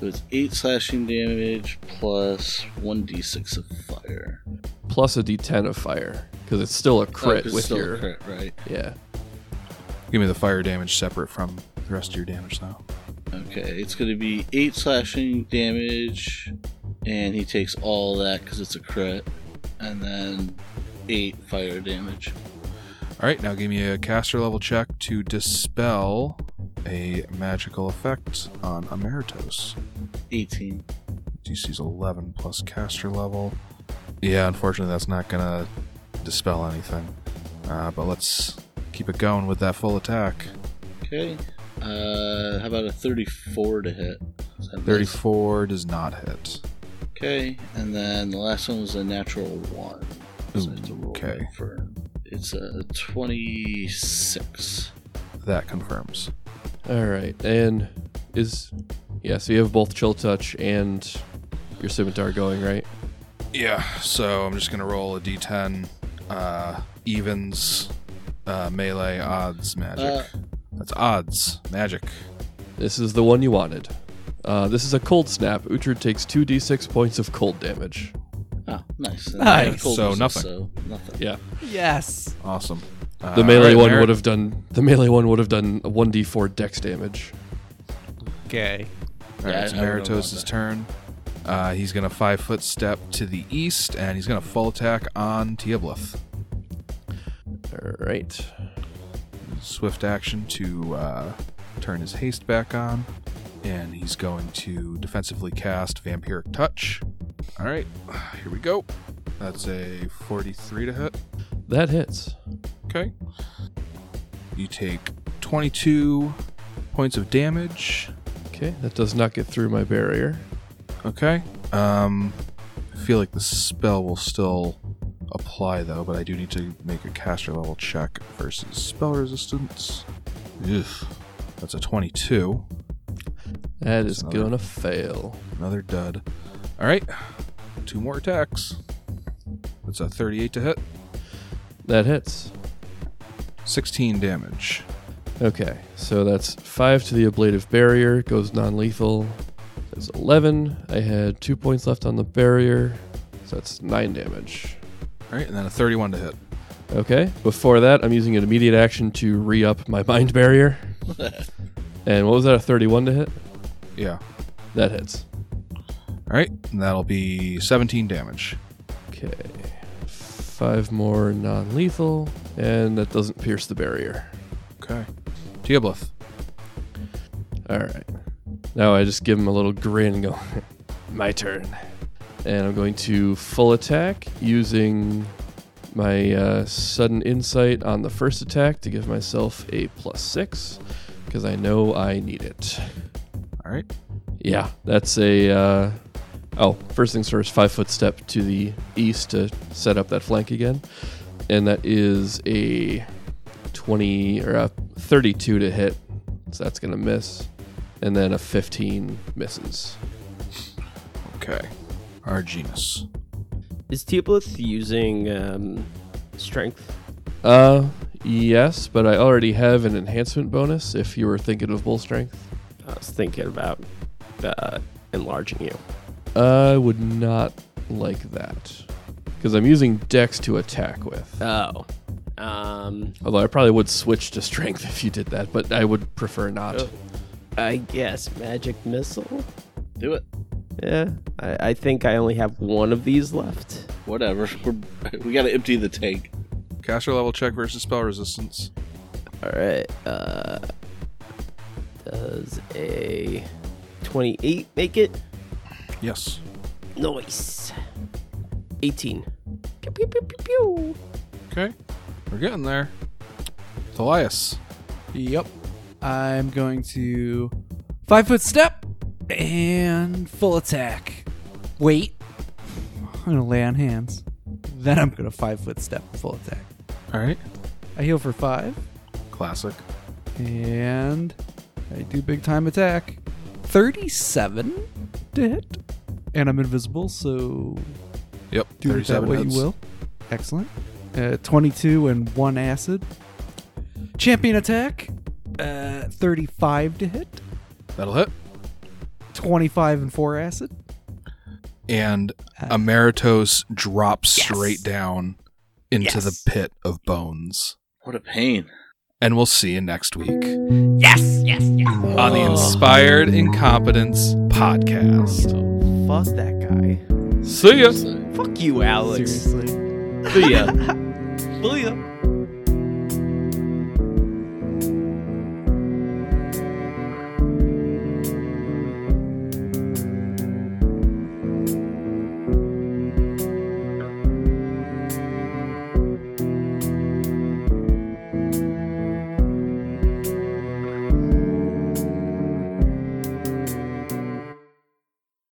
Speaker 5: It was 8 slashing damage plus 1d6 of fire.
Speaker 4: plus a d10 of fire because it's still a
Speaker 5: Oh,
Speaker 4: crit
Speaker 5: 'cause it's
Speaker 4: with
Speaker 5: still a
Speaker 4: your
Speaker 5: crit, right?
Speaker 4: yeah.
Speaker 1: Give me the fire damage separate from the rest of your damage, though.
Speaker 5: Okay, it's going to be 8 slashing damage, and he takes all that because it's a crit, and then 8 fire damage.
Speaker 1: All right, now give me a caster level check to dispel a magical effect on Emeritus.
Speaker 5: 18.
Speaker 1: DC's 11 plus caster level. Yeah, unfortunately, that's not gonna dispel anything. Uh, but let's keep it going with that full attack.
Speaker 5: Okay. Uh, how about a 34 to hit? Is that miss?
Speaker 1: 34 does not hit.
Speaker 5: Okay, and then the last one was a natural 1. So I have to roll
Speaker 1: Okay.
Speaker 5: that for- It's a 26.
Speaker 1: That confirms.
Speaker 4: All right, and is yeah. So you have both chill touch and your scimitar going right.
Speaker 1: Yeah, so I'm just gonna roll a d10, uh, evens, uh, melee, odds, magic.
Speaker 5: Uh,
Speaker 1: That's odds. Magic.
Speaker 4: This is the one you wanted. Uh, this is a cold snap. Uhtred takes 2d6 points of cold damage.
Speaker 5: Oh, nice. And
Speaker 2: Nice.
Speaker 5: I told
Speaker 1: Ah, So
Speaker 5: myself
Speaker 1: nothing.
Speaker 5: So nothing.
Speaker 4: Yeah.
Speaker 2: Yes.
Speaker 1: Awesome. Uh,
Speaker 4: The melee
Speaker 1: alright,
Speaker 4: one
Speaker 1: Merritt.
Speaker 4: would have done the melee one would have done 1d4 dex damage.
Speaker 2: Okay.
Speaker 1: All right,
Speaker 5: Yeah,
Speaker 1: it's
Speaker 5: I- I don't know
Speaker 1: Meritos'
Speaker 5: about that.
Speaker 1: turn. Uh, he's going to five foot step to the east, and he's going to full attack on Tiablith.
Speaker 4: All right.
Speaker 1: Swift action to uh, turn his haste back on, and he's going to defensively cast Vampiric Touch. All right, here we go. That's a 43 to hit.
Speaker 4: That hits.
Speaker 1: Okay. You take 22 points of damage.
Speaker 4: Okay, that does not get through my barrier.
Speaker 1: Okay. Um, I feel like the spell will still apply though, but I do need to make a caster level check versus spell resistance. Ugh. That's a 22.
Speaker 4: That is
Speaker 1: So-
Speaker 4: gonna fail.
Speaker 1: Another dud. All right. Two more attacks. That's a 38 to hit.
Speaker 4: That hits.
Speaker 1: 16 damage.
Speaker 4: Okay, so that's five to the ablative barrier, goes non lethal. That's 11. I had two points left on the barrier, so that's nine damage.
Speaker 1: All right, and then a 31 to hit.
Speaker 4: Okay, before that, I'm using an immediate action to re up my mind barrier. and what was that, a 31 to hit?
Speaker 1: Yeah.
Speaker 4: That hits.
Speaker 1: All right, and that'll be 17 damage.
Speaker 4: Okay, five more non lethal, and that doesn't pierce the barrier.
Speaker 1: Okay. Teoblith.
Speaker 4: All right. Now I just give him a little grin and go, my turn. And I'm going to full attack using my uh, sudden insight on the first attack to give myself a plus six because I know I need it.
Speaker 1: All right.
Speaker 4: Yeah, that's a. Uh, oh, first things first, five foot step to the east to set up that flank again. And that is a 20 or a 32 to hit. So that's going to miss. And then a 15 misses.
Speaker 1: Okay. Arginus.
Speaker 3: Is Teoblith using um, strength?
Speaker 4: Uh, yes, but I already have an enhancement bonus if you were thinking of bull strength.
Speaker 3: I was thinking about uh, enlarging you.
Speaker 4: I would not like that. Because I'm using dex to attack with.
Speaker 3: Oh. Um,
Speaker 4: Although I probably would switch to strength if you did that, but I would prefer not.
Speaker 3: Oh. I guess magic missile.
Speaker 5: Do it.
Speaker 3: Yeah, I, I think I only have one of these left.
Speaker 5: Whatever. We're, we got to empty the tank.
Speaker 1: Caster level check versus spell resistance.
Speaker 3: All right. Uh, does a twenty-eight make it?
Speaker 1: Yes.
Speaker 3: Nice. Eighteen. Pew pew pew pew pew.
Speaker 1: Okay. We're getting there. Thalias.
Speaker 2: Yep. I'm going to five foot step and full attack. Wait. I'm gonna lay on hands. Then I'm gonna five foot step full attack.
Speaker 1: All right.
Speaker 2: I heal for five
Speaker 1: Classic.
Speaker 2: and I do big time attack. Thirty-seven to hit, and I'm invisible, so
Speaker 1: Yep.
Speaker 2: do with that
Speaker 1: 37
Speaker 2: what
Speaker 1: hits.
Speaker 2: you will. Excellent. Uh, 22 and 1 acid. Champion attack. Uh, 35 to hit.
Speaker 1: That'll hit.
Speaker 2: 25 and 4 acid.
Speaker 1: And
Speaker 7: Uh,
Speaker 1: Emeritos drops straight down into
Speaker 2: Yes.
Speaker 1: the pit of bones.
Speaker 5: What a pain.
Speaker 1: And we'll see you next week
Speaker 7: Yes, yes, yes.
Speaker 1: on the Inspired Incompetence podcast.
Speaker 3: Fuck that guy.
Speaker 1: See ya.
Speaker 3: Fuck you, Alex.
Speaker 2: Seriously.
Speaker 3: See ya. See ya.